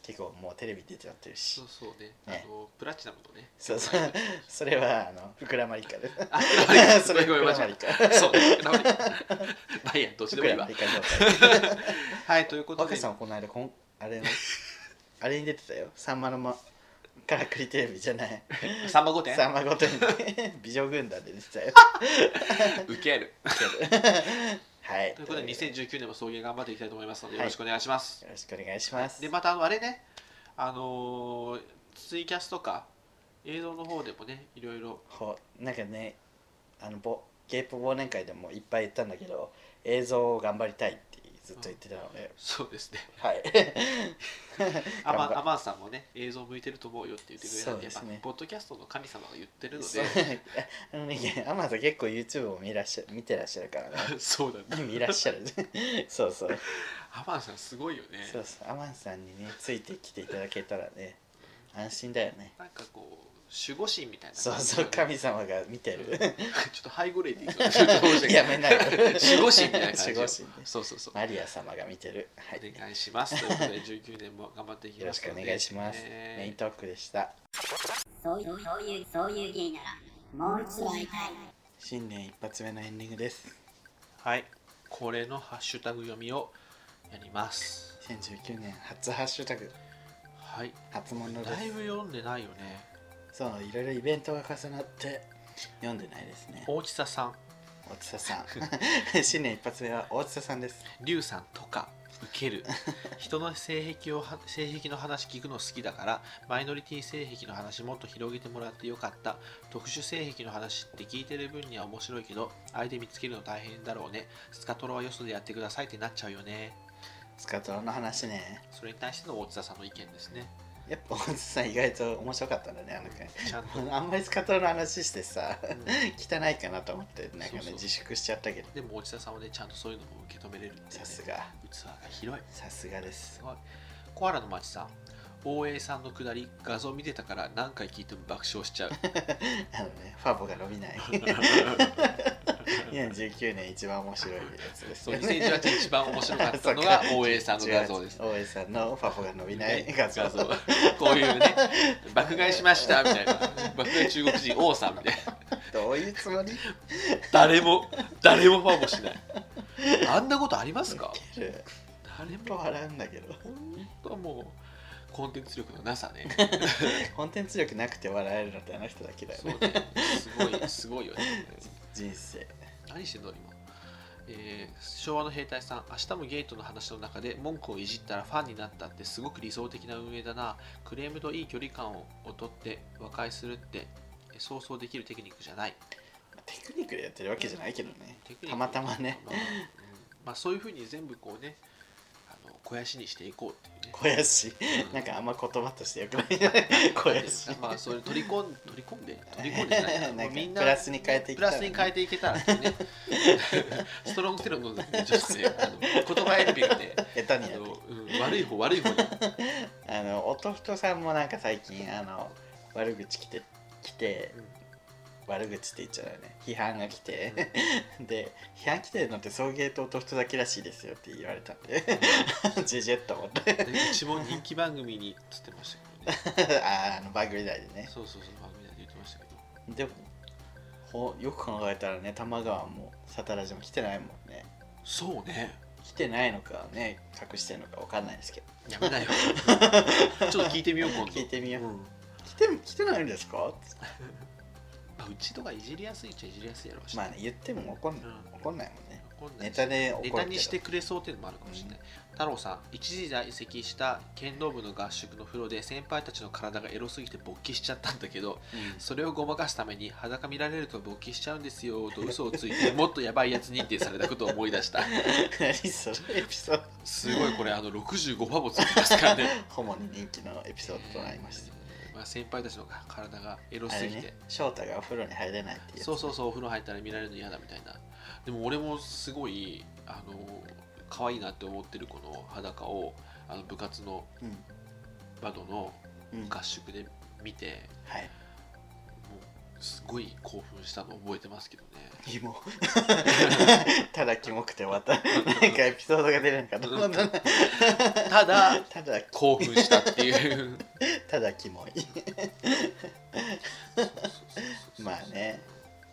A: 結構もうテレビ出ちゃってるし
B: そうそうね
A: ね
B: あのプラチナムのね
A: そうそうそれはあの膨らまり かです
B: あごめんなさい
A: それ
B: ごめんなさい
A: 膨らまりか
B: そうねラブリーまあいいやどっちでもいい
A: 膨らま
B: わ
A: りかどうか
B: はいということで
A: 若 さんはこの間こんあれのあれに出てたよさんまのまからくりテレビじゃない
B: さんま御殿
A: さんまごとに 美女軍団で出て たよ
B: ウケる
A: はい
B: ということで2019年も送迎頑張っていきたいと思いますので
A: はい
B: よろしくお願いします、
A: よろしくお願いします
B: でまたあのあれねあのーツイキャスとか映像の方でもねいろいろ
A: ほなんかねあのぼゲイプ忘年会でもいっぱい言ったんだけど映像を頑張りたいってずっと言ってたので、
B: そうですね
A: はい
B: アマ
A: 頑張
B: ンアマンさんもね映像向いてると思うよって言ってくれたんで
A: そうですね
B: やっぱポッドキャストの神様が言ってるの
A: そう
B: で
A: あのねアマンさん結構 YouTube も見らっしゃ見てらっしゃるからね
B: そうだね
A: 見らっしゃる そうそう
B: アマンさんすごいよね
A: そうそうアマンさんにねついてきていただけたらね安心だよね
B: なんかこう守護神みたいな
A: そう
B: 感じ
A: そう
B: だね
A: 神様が見てる
B: ちょっとハイグレーディーが
A: やめないよ
B: 守護神みたいな感じ
A: 守護神ね
B: そうそうそう
A: マリア様が見てるはい
B: お願いしますということで19年も頑張っていき
A: よろ
B: ま
A: し
B: す
A: く
B: の
A: お
B: で
A: 願いします。
B: えー
A: メイントークでした。
F: そういうそういうそういう芸ならもう一度会いたい
A: 新年一発目のエンディングです。
B: はい、これのハッシュタグ読みをやります。
A: 2019年初ハッシュタグ、
B: はい、
A: 初物で
B: だいぶ読んでないよね。
A: す。そう、いろいろイベントが重なって読んでないですね。
B: 大地ささん、
A: 大津田さん。 新年一発目は大津田さんです。
B: りゅうさんとか、ウケる。人の性癖をは性癖の話聞くの好きだから、マイノリティ性癖の話もっと広げてもらってよかった。特殊性癖の話って聞いてる分には面白いけど、相手見つけるの大変だろうね。スカトロはよそでやってくださいってなっちゃうよね。
A: スカトロの話ね。
B: それに対しての大地ささんの意見ですね。
A: やっぱ大津田さん意外と面白かったんだね、あの回。
B: ちゃんと。
A: あんまりスカトロの話してさ、
B: うん
A: 汚いかなと思って、なんか
B: そうそ
A: ね、
B: う
A: 自粛しちゃったけど。
B: でも大地ささんはね、ちゃんとそういうのも受け止めれるっていうね
A: さすが、
B: 器が広い。
A: さすがです
B: す。ごい。コアラの町さん、大江さんのくだり、画像見てたから何回聞いても爆笑しちゃう。
A: あのね、ファボが伸び ない。2019年一番面白いやつです
B: そう
A: よね。
B: 2018年一番面白かったの が
A: そっか
B: 大江さんの画像です。
A: 大江さんのファボが伸びない画像。
B: こういうね、爆買いしましたみたいな、爆買い中国人、王さんみたいな、
A: どういうつもり
B: 誰も、誰もファンもしない。あんなことありますか 誰
A: と
B: も、
A: 笑うんだけど。
B: 本当もう、コンテンツ力のなさね。
A: コンテンツ力なくて笑えるのってあの人だけだよ
B: そう
A: ね。
B: ね、すごい、すごいよね。
A: 人生。
B: 何してんの今、えー昭和の兵隊さん明日もゲートの話の中で文句をいじったらファンになったってすごく理想的な運営だなクレームといい距離感をとって和解するってえーそうそうできるテクニックじゃない
A: テクニックでやってるわけじゃないけどね
B: テク。ニック
A: たまたまね、
B: まあうんまあ、そういうふうに全部こうねあの肥やしにしていこうっていうね
A: 小やし。なんかあんま言葉としてよくないよね。小やし。
B: まあ それ取り込ん取り込んで取り込んでじゃない
A: な
B: も
A: んか
B: うみんな
A: プラスに変えてい
B: プラスに変え
A: て。
B: ていけたらっ ていうねストロングテロの女子ねあの言葉選びがね
A: 下手にや
B: あ
A: って
B: の、うん、悪い方悪い方に
A: あの弟さんもなんか最近あの悪口来て来て、悪口って言っちゃうよね批判が来て、で批判来てるのって送迎と弟だけらしいですよって言われたんでジジェッと思って
B: うちも人気番組にっつってましたけどね
A: あーあの番組内でね
B: そうそうそう番組で言ってましたけど
A: でもほよく考えたらね玉川もサタラジも来てないもんね
B: そうね
A: 来てないのかね隠してるのかわかんないですけど
B: や めなよちょっと聞いてみよう今度
A: 聞いてみようん来て来てないんですか
B: まあ、うちとかいじりやすいっちゃいじりやすいやろうし、
A: まあね言っても怒ん,、
B: うん
A: 怒んないもんね
B: わかんない
A: ネ
B: し
A: タで怒る
B: ネ
A: けど
B: タにしてくれそうっていうのもあるかもしれない、太郎さん一時在籍した剣道部の合宿の風呂で先輩たちの体がエロすぎて勃起しちゃったんだけど
A: うん
B: それをごまかすために裸見られると勃起しちゃうんですよと嘘をついてもっとやばいやつ認定されたことを思い出した
A: 何それエピソード
B: すごいこれあの65パボついてますからね
A: ホモに人気のエピソードとなりました、
B: まあ、先輩たちの体がエロ
A: あ
B: す
A: れ
B: ぎて、
A: ね翔太がお風呂に入れないっていう
B: そうそうそうお風呂入ったら見られるの嫌だみたいなでも俺もすごいあの可愛いなって思ってる子の裸をあの部活の
A: う、ん
B: 窓の
A: うん、は
B: 合宿で見て、
A: い
B: もうすごい興奮したの覚えてますけどね
A: キモただキモくて終わ ったなんかエピソードが出るのかと思ったな
B: ただ
A: ただ
B: 興奮したっていう
A: ただキモい まあね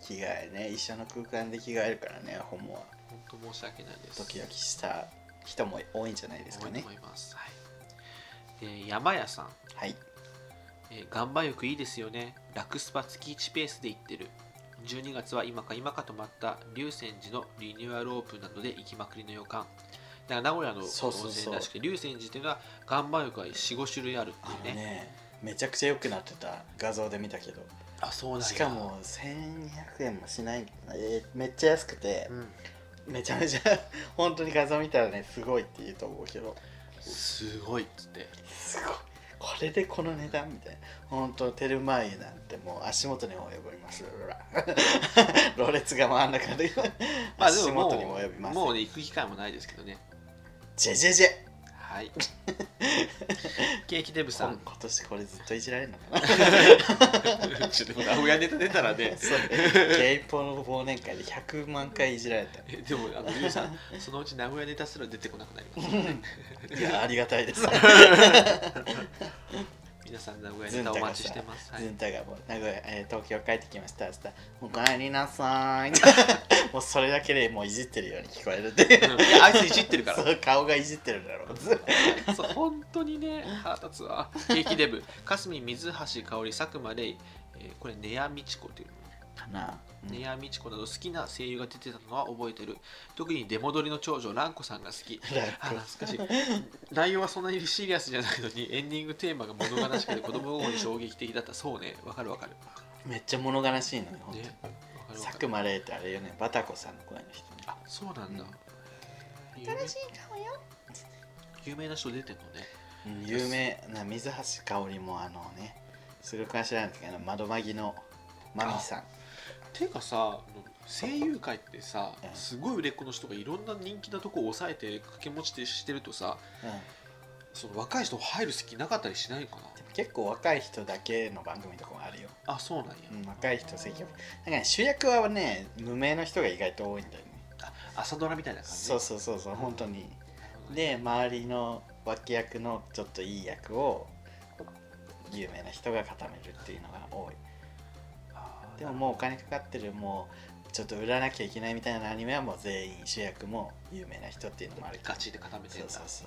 A: 着替えね一緒の空間で着替えるからねホモは
B: 本当申し訳ないです
A: ドキドキした人も多いんじゃないですか
B: 多い
A: ね
B: と思います、はい、で山屋さん
A: はい
B: えー、岩盤浴いいですよね楽スパ月1ペースで行ってる12月は今か今かとまった龍泉寺のリニューアルオープンなどで行きまくりの予感だから名古屋の温
A: そうそうそう
B: 泉らしくて龍泉寺っていうのは岩盤浴が45種類ある
A: あ
B: っ
A: の
B: ていうね
A: ねめちゃくちゃ良くなってた画像で見たけど
B: あそうなんや
A: しか、も1200円もしない、えーめっちゃ安くて
B: うん、
A: めちゃめちゃ本当に画像見たらねすごいって言うと思うけど
B: すごいっつって
A: すごいこれでこの値段みたいな本当テルマー湯なんてもう足元にも及び ますほらろれつが回んなくなる
B: まあで
A: 足
B: もも
A: 元にも及び
B: う
A: ます
B: もうね行く機会もないですけどね
A: ジェジェジェ
B: はい ケーキデブさ
A: 今
B: ん
A: 今年これずっといじられるのかな
B: ちょっとでも名古屋ネタ出たらね
A: そうゲイポの忘年会で100万回いじられた
B: えでもあのゆうさんそのうち名古屋ネタすら出てこなくなります
A: いやありがたいです
B: 皆さん名古屋ネタお待ちしてます、はい
A: ズンタがもう名古屋、えー東京帰ってきました明日おかえりなさ いもうそれだけでもういじってるように聞こえるっていう
B: うんいやあいついじってるか
A: そう顔がいじってるだろう
B: らそう本当にね腹立つわケーキデブかすみ水橋かおり佐久間玲、えーこれネヤミチコという
A: かな、うん
B: ネヤミチコなど好きな声優が出てたのは覚えてる特に出戻りの長女蘭子さんが好きあ懐かしい内容はそんなにシリアスじゃないのにエンディングテーマが物悲しくて子供心に衝撃的だったそうねわかるわかる
A: めっちゃ物悲しいのよ本当に
B: ねわかるわか
A: 佐
B: る
A: 久間礼ってあれよねバタコさんの声の人ね
B: あそうなんだ、有名
G: 新しい顔よ
B: 有名な人出てんのね
A: うん有名な水橋かおりもあのねすごくは知らないんですけど窓まぎのマミさん
B: ていうかさ声優界ってさ
A: うん
B: すごい売れっ子の人がいろんな人気なとこを抑えて掛け持ちしてるとさ
A: うん
B: その若い人入る隙なかったりしないのか
A: でも結構若い人だけの番組とかもあるよ、
B: なあそうなんや、
A: うん、若い人積極なんかね主役はね無名の人が意外と多いんだよね
B: あ朝ドラみたいな感じ
A: そうそうそうそう本当にで周りの脇役のちょっといい役を有名な人が固めるっていうのが多い
B: あー
A: でももうお金かかってるもうちょっと売らなきゃいけないみたいなアニメはもう全員主役も有名な人っていうのもある
B: ガチで固めて
A: そ
B: ん
A: う
B: だ
A: そうそ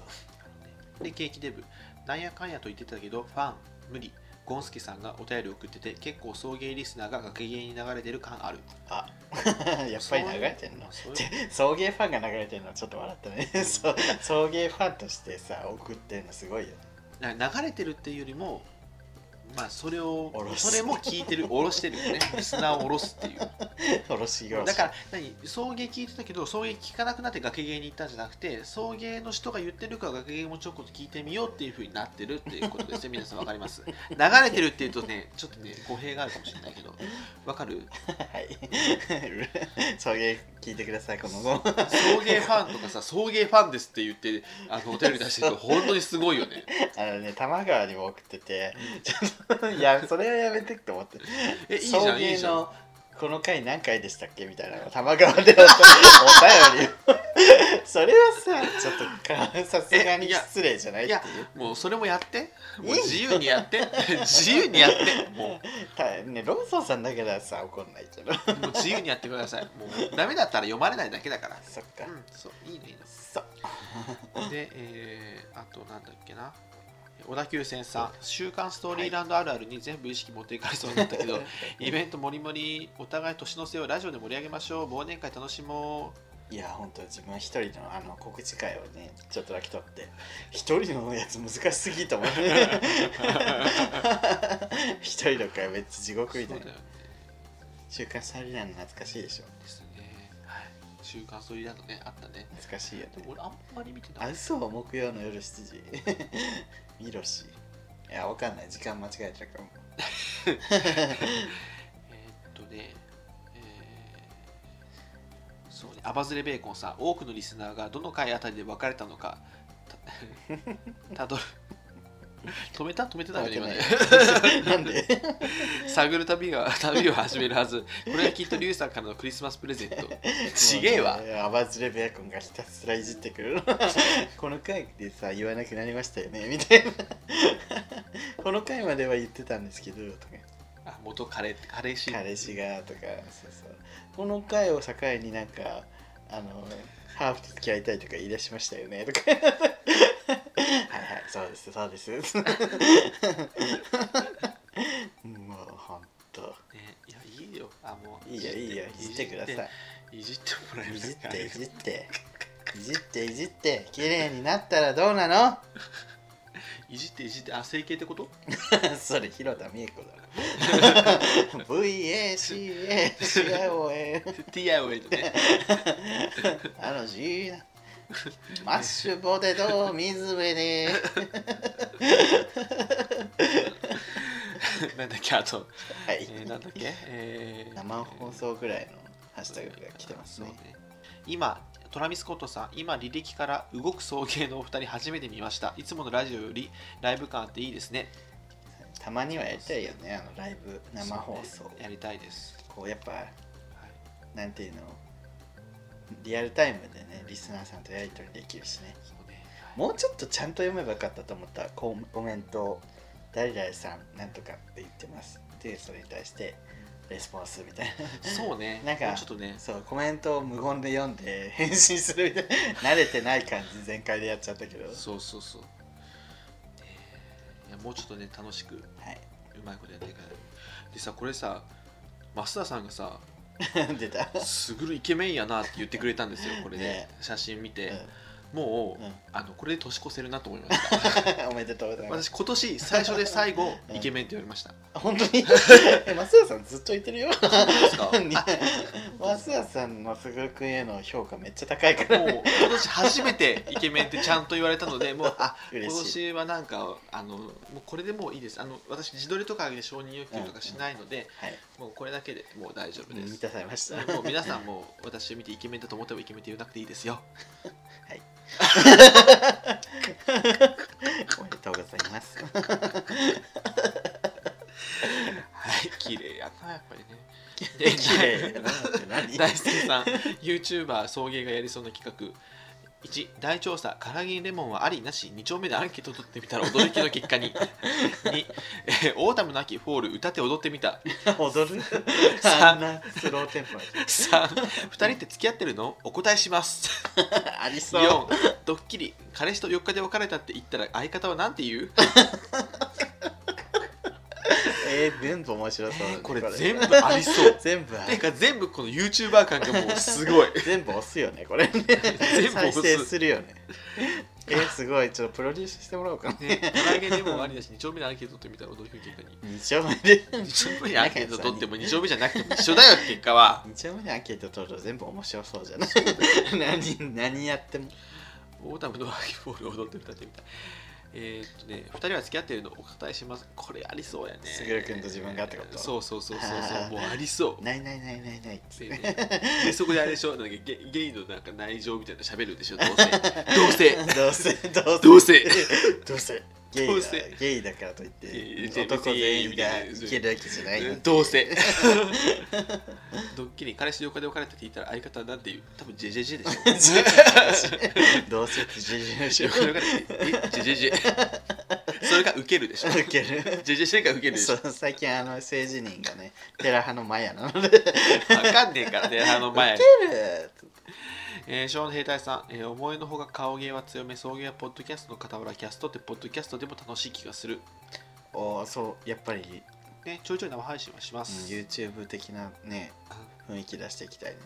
A: う
B: でケーキデブなんやかんやと言ってたけどファン無理ゴンスケさんがお便り送ってて結構送迎リスナーが崖芸に流れてる感ある
A: あ やっぱり流れてんの
B: そう
A: で送迎ファンが流れてるのちょっと笑ったねそう送迎ファンとしてさ送ってるのすごいよね
B: な流れてるっていうよりもまあそれを
A: 下ろす
B: それも聞い てる下ろしてるよねリスナーを下ろすっていう
A: おろしよ
B: だから何送迎聞いてたけど送迎聞かなくなって崖芸に行ったんじゃなくて送迎の人が言ってるから崖芸もちょこっと聞いてみようっていうふうになってるっていうこと ですね皆さんわかります流れてるっていうとねちょっとね語弊があるかもしれないけどわかる
A: はい 送迎聞いてくださいこの後
B: 送迎ファンとかさ送迎ファンですって言ってあのお便り出してると本当にすごいよね
A: あのね、玉川にも送ってて、ちょっと、いや、それはやめてって思って、
B: えいいじゃんいいじゃん
A: のこの回何回でしたっけみたいなのが玉川でお便りを それはさ、ちょっとかさすが
B: え
A: に
B: いや
A: 失礼じゃないっ
B: い
A: ていう
B: や。もうそれもやってもう自由にやって 自由にやってもう
A: たね、ローソンさんだけださ、怒んないけど。
B: もう自由にやってください。もうダメだったら読まれないだけだから。
A: そっ
B: う
A: か。
B: ん、そう、いいのいい
A: そう。
B: の。で、えー、あとなんだっけな。小田急線さん、週刊ストーリーランドあるあるに全部意識持っていかれそうになったけど、 イベントもりもり、お互い年の瀬をラジオで盛り上げましょう、忘年会楽 しも
A: いや、本当自分一人のあの告知会をね、ちょっとだけ取って、一人のやつ難しすぎと 思って、一人の会めっちゃ地
B: う。
A: 獄みたい
B: そ
A: な
B: うだ。よね
A: 週刊サリランの懐かしいでしょ
B: ですね。はい。週刊ストーリーランドね、あったね。
A: 懐かしいよ
B: で
A: ね
B: も俺、あんまり見て
A: あ
B: ない。
A: 嘘木曜の夜7時 見ろしいやわかんない時間間違えたかも
B: えーっとね、えーそうね、アバズレベーコンさん、多くのリスナーがどの回あたりで別れたのか、た たどる。止めた止めてないよね、
A: な
B: 今ね。
A: んで
B: 探る旅が 旅を始めるはず。これはきっとリュウさんからのクリスマスプレ ゼント。 ちげえわ。
A: アバズレベアコンがひたすらいじってくるの この回でさ言わなくなりましたよねみたいな この回までは言ってたんですけどとか
B: あ元彼、彼氏。
A: 彼氏がとかそうそうこの回を境になんかあのハーフと付き合いたいとか言い出しましたよねとかはいはいそうですそうですもうほんと
B: ね、いやいいよあもう
A: いいよいいよいじってくださ
B: いいじってもらえ
A: いい
B: る
A: じっていじっていじっていじって綺麗になったらどうなの
B: いじっていじってあ整形ってこと
A: それ広田美恵子だ VACA 違う
B: ?TIOA とね
A: あのじマッシュポテト水辺で
B: なんだっけあと、
A: はい
B: えー、なんだっ け、えー、
A: 生放送ぐらいのハッシュタグが来てます
B: そう
A: ね
B: ね今トラミスコットさん今履歴から動く送迎のお二人初めて見ましたいつものラジオよりライブ感あっていいですね
A: たまにはやりたいよねあのライブ生放送
B: そうねやりたいです、
A: こうやっぱ
B: はい
A: なんていうのリアルタイムでねリスナーさんとやり取りできるしね
B: そうね
A: もうちょっとちゃんと読めばよかったと思ったココメントを「誰々さんなんとかって言ってます」でそれに対してレスポンスみたい
B: そうね
A: なんか
B: もうちょっとね
A: なそうコメントを無言で読んで返信するみたいな慣 れてない感じ全開でやっちゃったけど
B: そうそうそう、えーいやもうちょっとね楽しくう
A: は
B: まいことやっていかないでさこれさ増田さんがさ
A: い出た、
B: 「すぐるイケメンやな」って言ってくれたんですよこれで、
A: ね
B: 写真見て、
A: う
B: もう、
A: うん
B: あのこれで年越せるなと思いまし
A: ん
B: た
A: おめでとうございます
B: 私今年最初で最後
A: うん
B: イケメンって言われました。
A: 本当 にえ増田さんずっと言ってるよ
B: ですか
A: に増田さんのすぐる君への評価めっちゃ高いから
B: もう今年初めてイケメンってちゃんと言われたので、もうあ今
A: 嬉しい
B: 年はなんかあのもうこれでもういいです。あの私自撮りとかで承認欲求とかしないので、
A: はい
B: もうこれだけでもう大丈夫で
A: 満
B: す。
A: たされました
B: もう皆さんも私を見てイケメンだと思ってもイケメンって言わなくていいですよ。
A: おめでとうございます。
B: はい、 綺麗やなやっぱりね。
A: え 綺麗なって何
B: 大輔さん、YouTuber 送迎がやりそうな企画。1、大調査、唐揚げレモンはありなし、2丁目でアンケート取ってみたら驚きの結果 に。2、えーオータムの秋、フォール、歌って踊ってみた。
A: 踊る
B: さあ
A: あんなスローテンポな 人
B: 3、2人って付き合ってるのお答えします。
A: ありそう。
B: 4、ドッキリ、彼氏と4日で別れたって言ったら相方はなんて言う、
A: えー、全部面白そうだね、
B: えーこれ全部ありそう。
A: 全部あ
B: てか全部この YouTuber 感がもうすごい。
A: 全部押すよね、これね。
B: 全部押
A: 再
B: す
A: 生するよね。えー、すごい。ちょっとプロデュースしてもらおうかな。
B: ね、唐揚げレモンありなし、2丁目でアンケート取ってみたら驚きの結果に。
A: 2丁目で。
B: 2丁目にアンケート取っても2丁目じゃなくても一緒だよ結果は
A: 2丁目でアンケート取ると全部面白そうじゃない何何やっても。
B: オータムのハイボールを踊って歌ってみたいえーっとね2人は付き合ってるのお答えしますこれありそうやね
A: すぐるくんと自分がってこと
B: そうそうそうそうそ
A: あー
B: うもうありそう
A: ないないないないない。
B: でねでそこであれでしょなんかゲゲイのなんか内情みたいなの喋るでしょどうせどうせ
A: どうせどうせ
B: ど
A: どう
B: うせ
A: せゲイ
B: どう
A: だ
B: せ
A: ゲイだからといっ
B: え
A: て
B: ー
A: 男全員が
B: 全員
A: いけるわけじゃないなんて
B: どうせドッキリ彼氏横で別れたって言ったら相方はなんて言う多分ジェジェジェでしょ
A: どうせって自信をしよ
B: 横で別れてえジェジェジェそれがウケるでしょ
A: 受ける
B: ジェジェシェが受けるでし
A: そ
B: ょ
A: う最近あの政治人がね寺派のマヤなので受ける
B: わかんねえからねあの前えー、ショーン兵隊さん、えー思いのほか顔芸は強め送迎はポッドキャストの傍らキャストってポッドキャストでも楽しい気がする、
A: おーそうやっぱり、うん
B: ね、ちょいちょい生配信はします、
A: YouTube 的なね雰囲気出していきたいね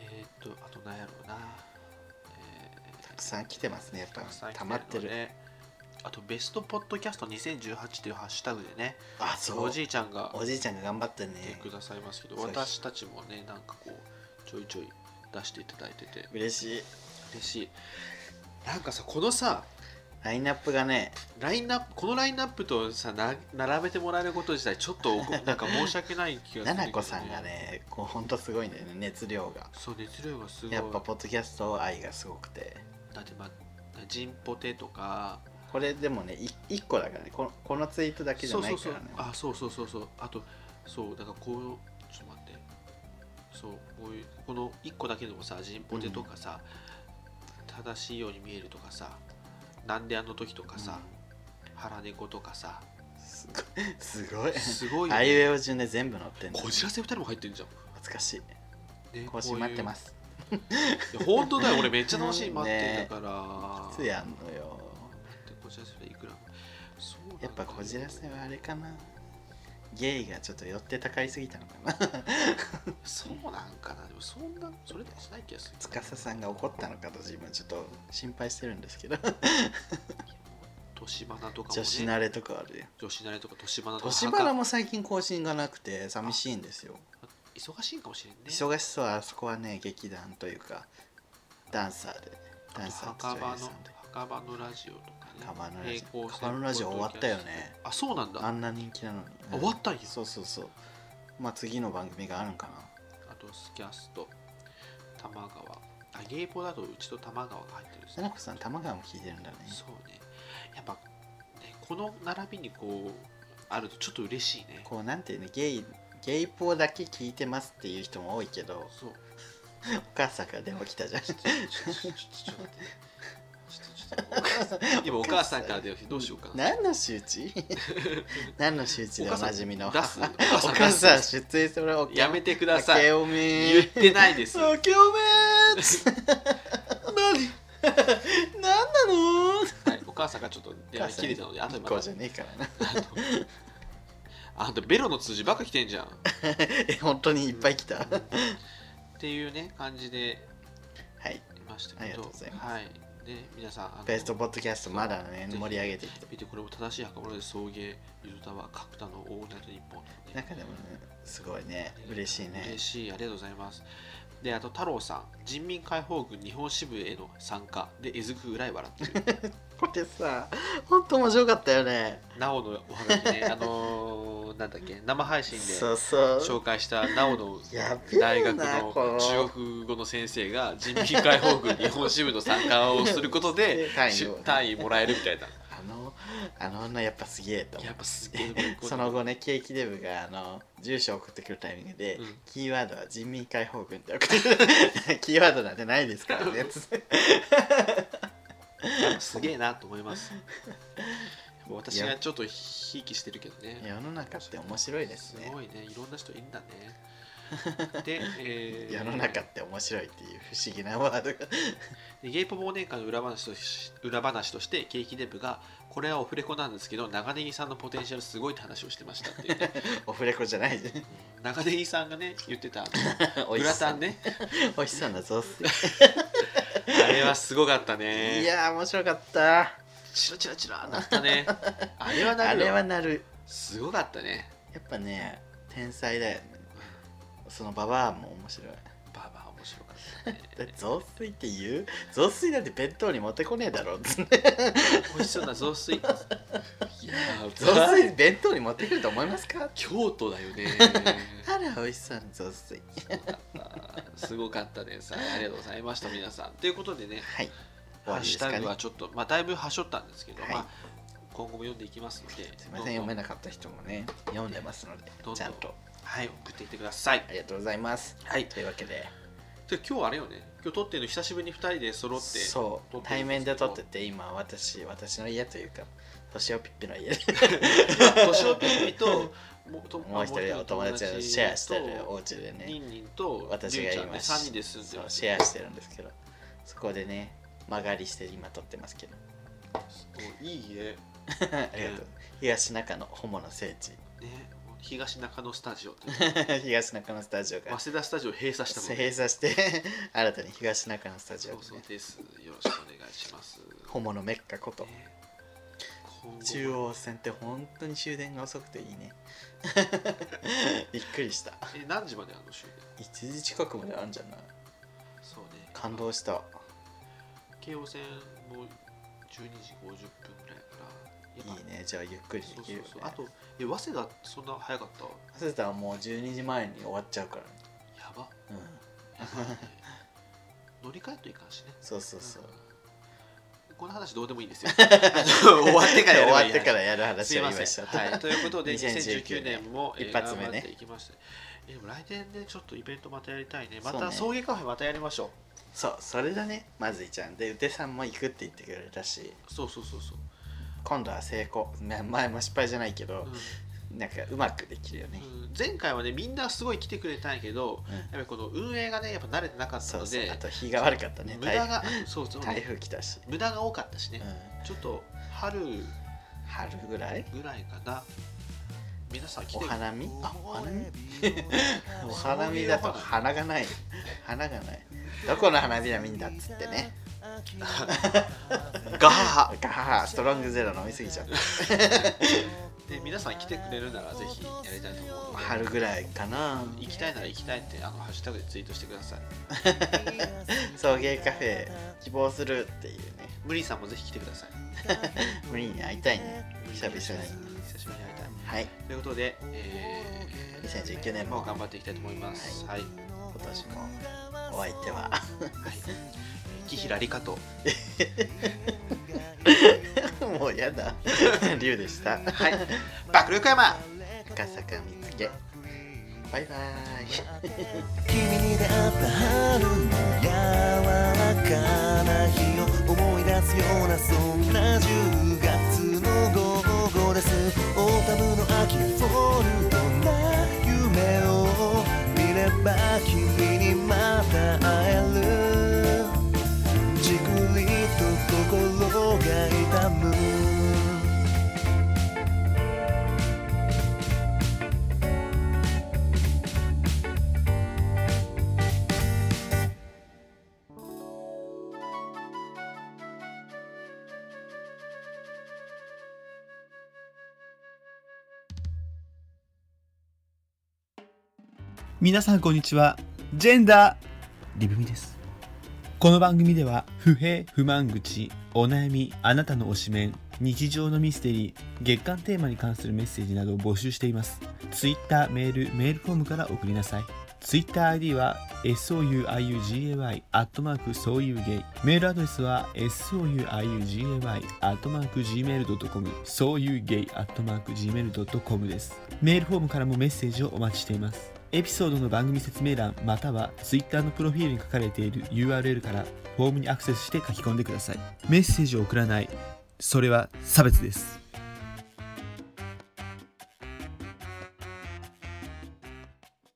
B: えーっとあと何やろうな、え
A: たくさん来てますねやっぱ
B: ー、たくさん来
A: 溜まってる、
B: ねあとベストポッドキャスト2018というハッシュタグでね
A: あそう
B: お
A: お
B: じ
A: じ
B: いちゃんが
A: いちゃんが頑張ってね
B: 来てくださいますけど、
A: そう
B: 私たちもねなんかこうちょいちょい出していただいてて
A: 嬉しい
B: 嬉しいなんかさこのさ
A: ラインナップがね
B: ラインナップこのラインナップとさな並べてもらえること自体ちょっとお こなんか申し訳ない気がするけ
A: な
B: ど
A: なこさんがねこうほんとすごいんだよね熱量が
B: そう熱量がすごい
A: やっぱポッドキャスト愛がすごくて
B: だってまあジンポテとか
A: これでもね1個だからねこのこのツイートだけじゃ
B: そう
A: な
B: そ
A: いう
B: そ
A: か
B: う
A: らね
B: あそうそうそうそうあとそうだからこうちょっと待ってそうこういうこの1個だけでもさジンポテとかさ、正しいように見えるとかさなんであの時とかさ、腹猫とかさ
A: すごいすごい
B: すごい よ
A: あいう
B: ね
A: えお順で全部載ってんの
B: こじらせ2人も入ってるじゃん
A: 懐かしい
B: ね
A: 更新待ってます
B: いや本当だよ俺めっちゃ楽しい待って
A: ね
B: たから、
A: つやんのよ
B: でこじらせいくらそうなんだ
A: やっぱこじらせはあれかなゲイがちょっと寄ってたかりすぎたのかな
B: そうなんかなでもそんなそれでもしない気がする
A: 司さんが怒ったのかと自分ちょっと心配してるんですけど
B: 年花とかも、ね、
A: 女子慣れとかあるよ
B: 女子慣れとか年花と か
A: 年花も最近更新がなくて寂しいんですよ
B: 忙しいんかもしれんね
A: 忙しそうあそこはね劇団というかダンサーでダンサーと
B: 墓場
A: 女優
B: の
A: さんで
B: 墓場のラジオとかね
A: カバのラジ
B: 並
A: オ
B: 行して
A: カバのラジオ終わったよね
B: あそうなんだ
A: あ
B: あ
A: んな人気なのに
B: 終わったんや
A: そうそうそうまあ次の番組があるんかな
B: とスキャスト玉川あゲイポだとうちと玉川が入ってるんです
A: ななこさん玉川も聞いてるんだね
B: そうねやっぱ、ね、この並びにこうあるとちょっと嬉しいね
A: こうなんていうのゲイゲイポーだけ聞いてますっていう人も多いけど
B: そう
A: お母さんから電話来たじゃん
B: ちょっとちょっとちょっとちょっと待ってねちょっとちょっと今お母さんから電話してどうしようかな。
A: 何の周知 何の周知でおなじみの
B: お母さん出す
A: お母さん出演するおけ
B: やめてくださ
A: 明
B: い。
A: おめ
B: 言ってないです。
A: おけおめ 何なの
B: はいお母さんがちょっと電話切れたので、あとでま
A: こうじ
B: た
A: ゃねえからな
B: あんたベロの通じばっか来てんじゃん。っ
A: え本当にいっぱい来たは
B: ていうね、感じで
A: い
B: いました
A: あり
B: け
A: が
B: ど。
A: とうございます
B: はい。で、皆さん、あの
A: ベストポッドキャストまだね盛り上げていって
B: 見てこれも正しい墓場で送迎、ゆずたわ、角田のオールナイト日本、
A: なんかでもねすごいね嬉しいね
B: 嬉しい、ありがとうございます。で、あと太郎さん、人民解放軍日本支部への参加で、えずくぐらい笑ってる。
A: これさ本当面白かったよね
B: なおのおはが きね、あのー、なんだっけ、生配信
A: そ
B: で
A: うそう
B: 紹介したなおの
A: やべえな
B: 大学
A: この
B: の中国語の先生が人民解放軍日本支部の参加をすることで
A: で 単位を
B: し単位もらえるみたいな。
A: あのあの 女やっぱすげえと思
B: や
A: う
B: っぱすげえ
A: その後ねケーキデブがあの住所送ってくるタイミングで、
B: うん
A: キーワードは人民解放軍って送って キーワードなんてないですから ねつって
B: すげえなと思います。もう私がちょっとひいきしてるけどね。
A: 世の中って面白いですね
B: すごいね、いろんな人いるんだね。で、えー
A: 世の中って面白いっていう不思議なワードが
B: でゲイポ忘年会の裏話とし裏話としてケーキデブがこれはオフレコなんですけど長ネギさんのポテンシャルすごいって話をしてましたってい うね
A: オフレコじゃ ないじ
B: 長ネギさんがね言ってたあ
A: ゃ
B: の
A: ん
B: グ ラタンね
A: おいしそうな雑炊、
B: あれはすごかったね
A: いやー面白かった
B: チラチラチラなったねあれはな
A: あ
B: る
A: れ
B: よ
A: はなる
B: すごかったね
A: やっぱね天才だよねそのババアも面白い
B: バーバー面白かったね
A: だって雑炊って言う雑炊なんて弁当に持ってこねえだろ うって
B: 美味しそうな雑炊いやー
A: 雑炊弁当に持ってくると思いますか
B: 京都だよね
A: あら美味しそうな雑炊
B: あーすごかったですはいありがとうございました皆さんということでね
A: はい終
B: ハ
A: わ
B: ッ
A: りで
B: シ
A: す
B: ュ
A: か
B: タ
A: ね
B: グはちょっと、まあ、だいぶはしょったんですけど、
A: はい
B: まあ、今後も読んでいきますので、
A: すいません
B: ど
A: 読
B: う
A: め
B: ぞ
A: なかった人もね読んでますので
B: どうぞ
A: ちゃんと
B: はい、送っていってください。
A: ありがとうございます
B: はい、
A: というわけで
B: で今日あれよね、今日撮ってるの久しぶりに2人で揃って、
A: そう
B: 撮ってるんですけど
A: 対面で撮ってて今私私の家というか年をピッピの家で
B: 年をピッピ と、もうと
A: もう一人お友達とシェアしてるお
B: と
A: 家でね
B: ニンニンと、
A: 私が
B: りゅうちゃん
A: 今
B: ね、3人で住んで
A: そう
B: る
A: シェアしてるんですけどそこでね曲がりして今撮ってますけど
B: おいい家、ね、
A: ありがとう東中のホモの聖地
B: 東中野スタジオって、
A: 東中のスタジオ
B: 早
A: が
B: 稲田スタジオ閉鎖したもんね。
A: 閉鎖して 新たに東中のスタジオ
B: そ
A: が
B: う
A: ね
B: そうです。よろしくお願いします。
A: ホモのメッカこと
B: ね今後も
A: 中央線って本当に終電が遅くていいね びっくりした
B: え何時まであの終電
A: 1時近くまであるんじゃない
B: そうね
A: 感動した
B: 京王線も12時50分ぐらいやからやっぱ
A: いいねじゃあゆっくり
B: そ
A: で
B: う
A: き
B: そ
A: る
B: う
A: よね
B: そうあとえ早稲田そんな早かったや
A: そしたらもう12時前に終わっちゃうからね
B: ば
A: うん
B: やばいね乗り換えといかんしね
A: そうそうそう
B: うんこの話どうでもいいんですよ 終わってから
A: 終
B: やれば
A: わ
B: いい
A: ってから
B: 話
A: やる話
B: すい
A: を
B: ま
A: 今しち
B: せ
A: ゃ
B: ん、
A: った、
B: はい、ということで2019
A: 2019
B: 年もえー
A: 一発目ね
B: 頑張っていきましたえでも来年ねちょっとイベントまたやりたいねまた送迎カフェまたやりましょう
A: そうそれだねまずいちゃんでうてさんも行くって言ってくれたし
B: そうそうそうそう
A: 今度は成功ね前も失敗じゃないけど、
B: うん
A: なんかうまくできるよね、
B: うん前回はねみんなすごい来てくれたんやけど、
A: うん
B: やっぱりこの運営がねやっぱ慣れてなかった
A: そ
B: の
A: うそう
B: で
A: あと日が悪かったね
B: 無
A: 台
B: 駄
A: 風
B: がそうそう
A: 台風来たし、
B: 無駄が多かったし
A: う
B: ね
A: ん、、
B: ちょっと春
A: 春ぐらい
B: ぐらいかな皆さん来て
A: お花見あお花見お花見
B: そういうお花見
A: だと花がない花がないどこの花火だみんなっつってね
B: ガハ
A: ガハハストロングゼロ飲みすぎちゃった
B: で皆さん来てくれるならぜひやりたいと思うので
A: 春ぐらいかな
B: 行きたいなら行きたいってあのハッシュタグでツイートしてください
A: 送迎カフェ希望するっていうね
B: 無理さんもぜひ来てください
A: 無理に会いたいね久々に
B: 久しぶりに会いたい
A: はい
B: ということで、え
A: 2019
B: ー
A: 年
B: もう
A: も
B: 頑張っていきたいと思いますはい、はい、
A: 今年もお相手は
B: 木平理香と
A: もうや だ龍でした
B: はい爆力山
A: 赤坂見つけバイバーイ
H: 君に出会った春の柔らかな日を思い出すようなそんな10月の午後ですオータムの秋フォルトな夢を見れば君にまた会えるじくりと心が痛む
I: 皆さんこんにちはジェンダーリブミですこの番組では不平不満口お悩みあなたの推しメン日常のミステリー月間テーマに関するメッセージなどを募集していますツイッターメールメールフォームから送りなさいツイッター ID は souiugay アットマークそういうゲイメールアドレスは souiugay アットマーク gmail.com そういうゲイアットマーク gmail.com ですメールフォームからもメッセージをお待ちしていますエピソードの番組説明欄または Twitter のプロフィールに書かれている URL からフォームにアクセスして書き込んでくださいメッセージを送らないそれは差別です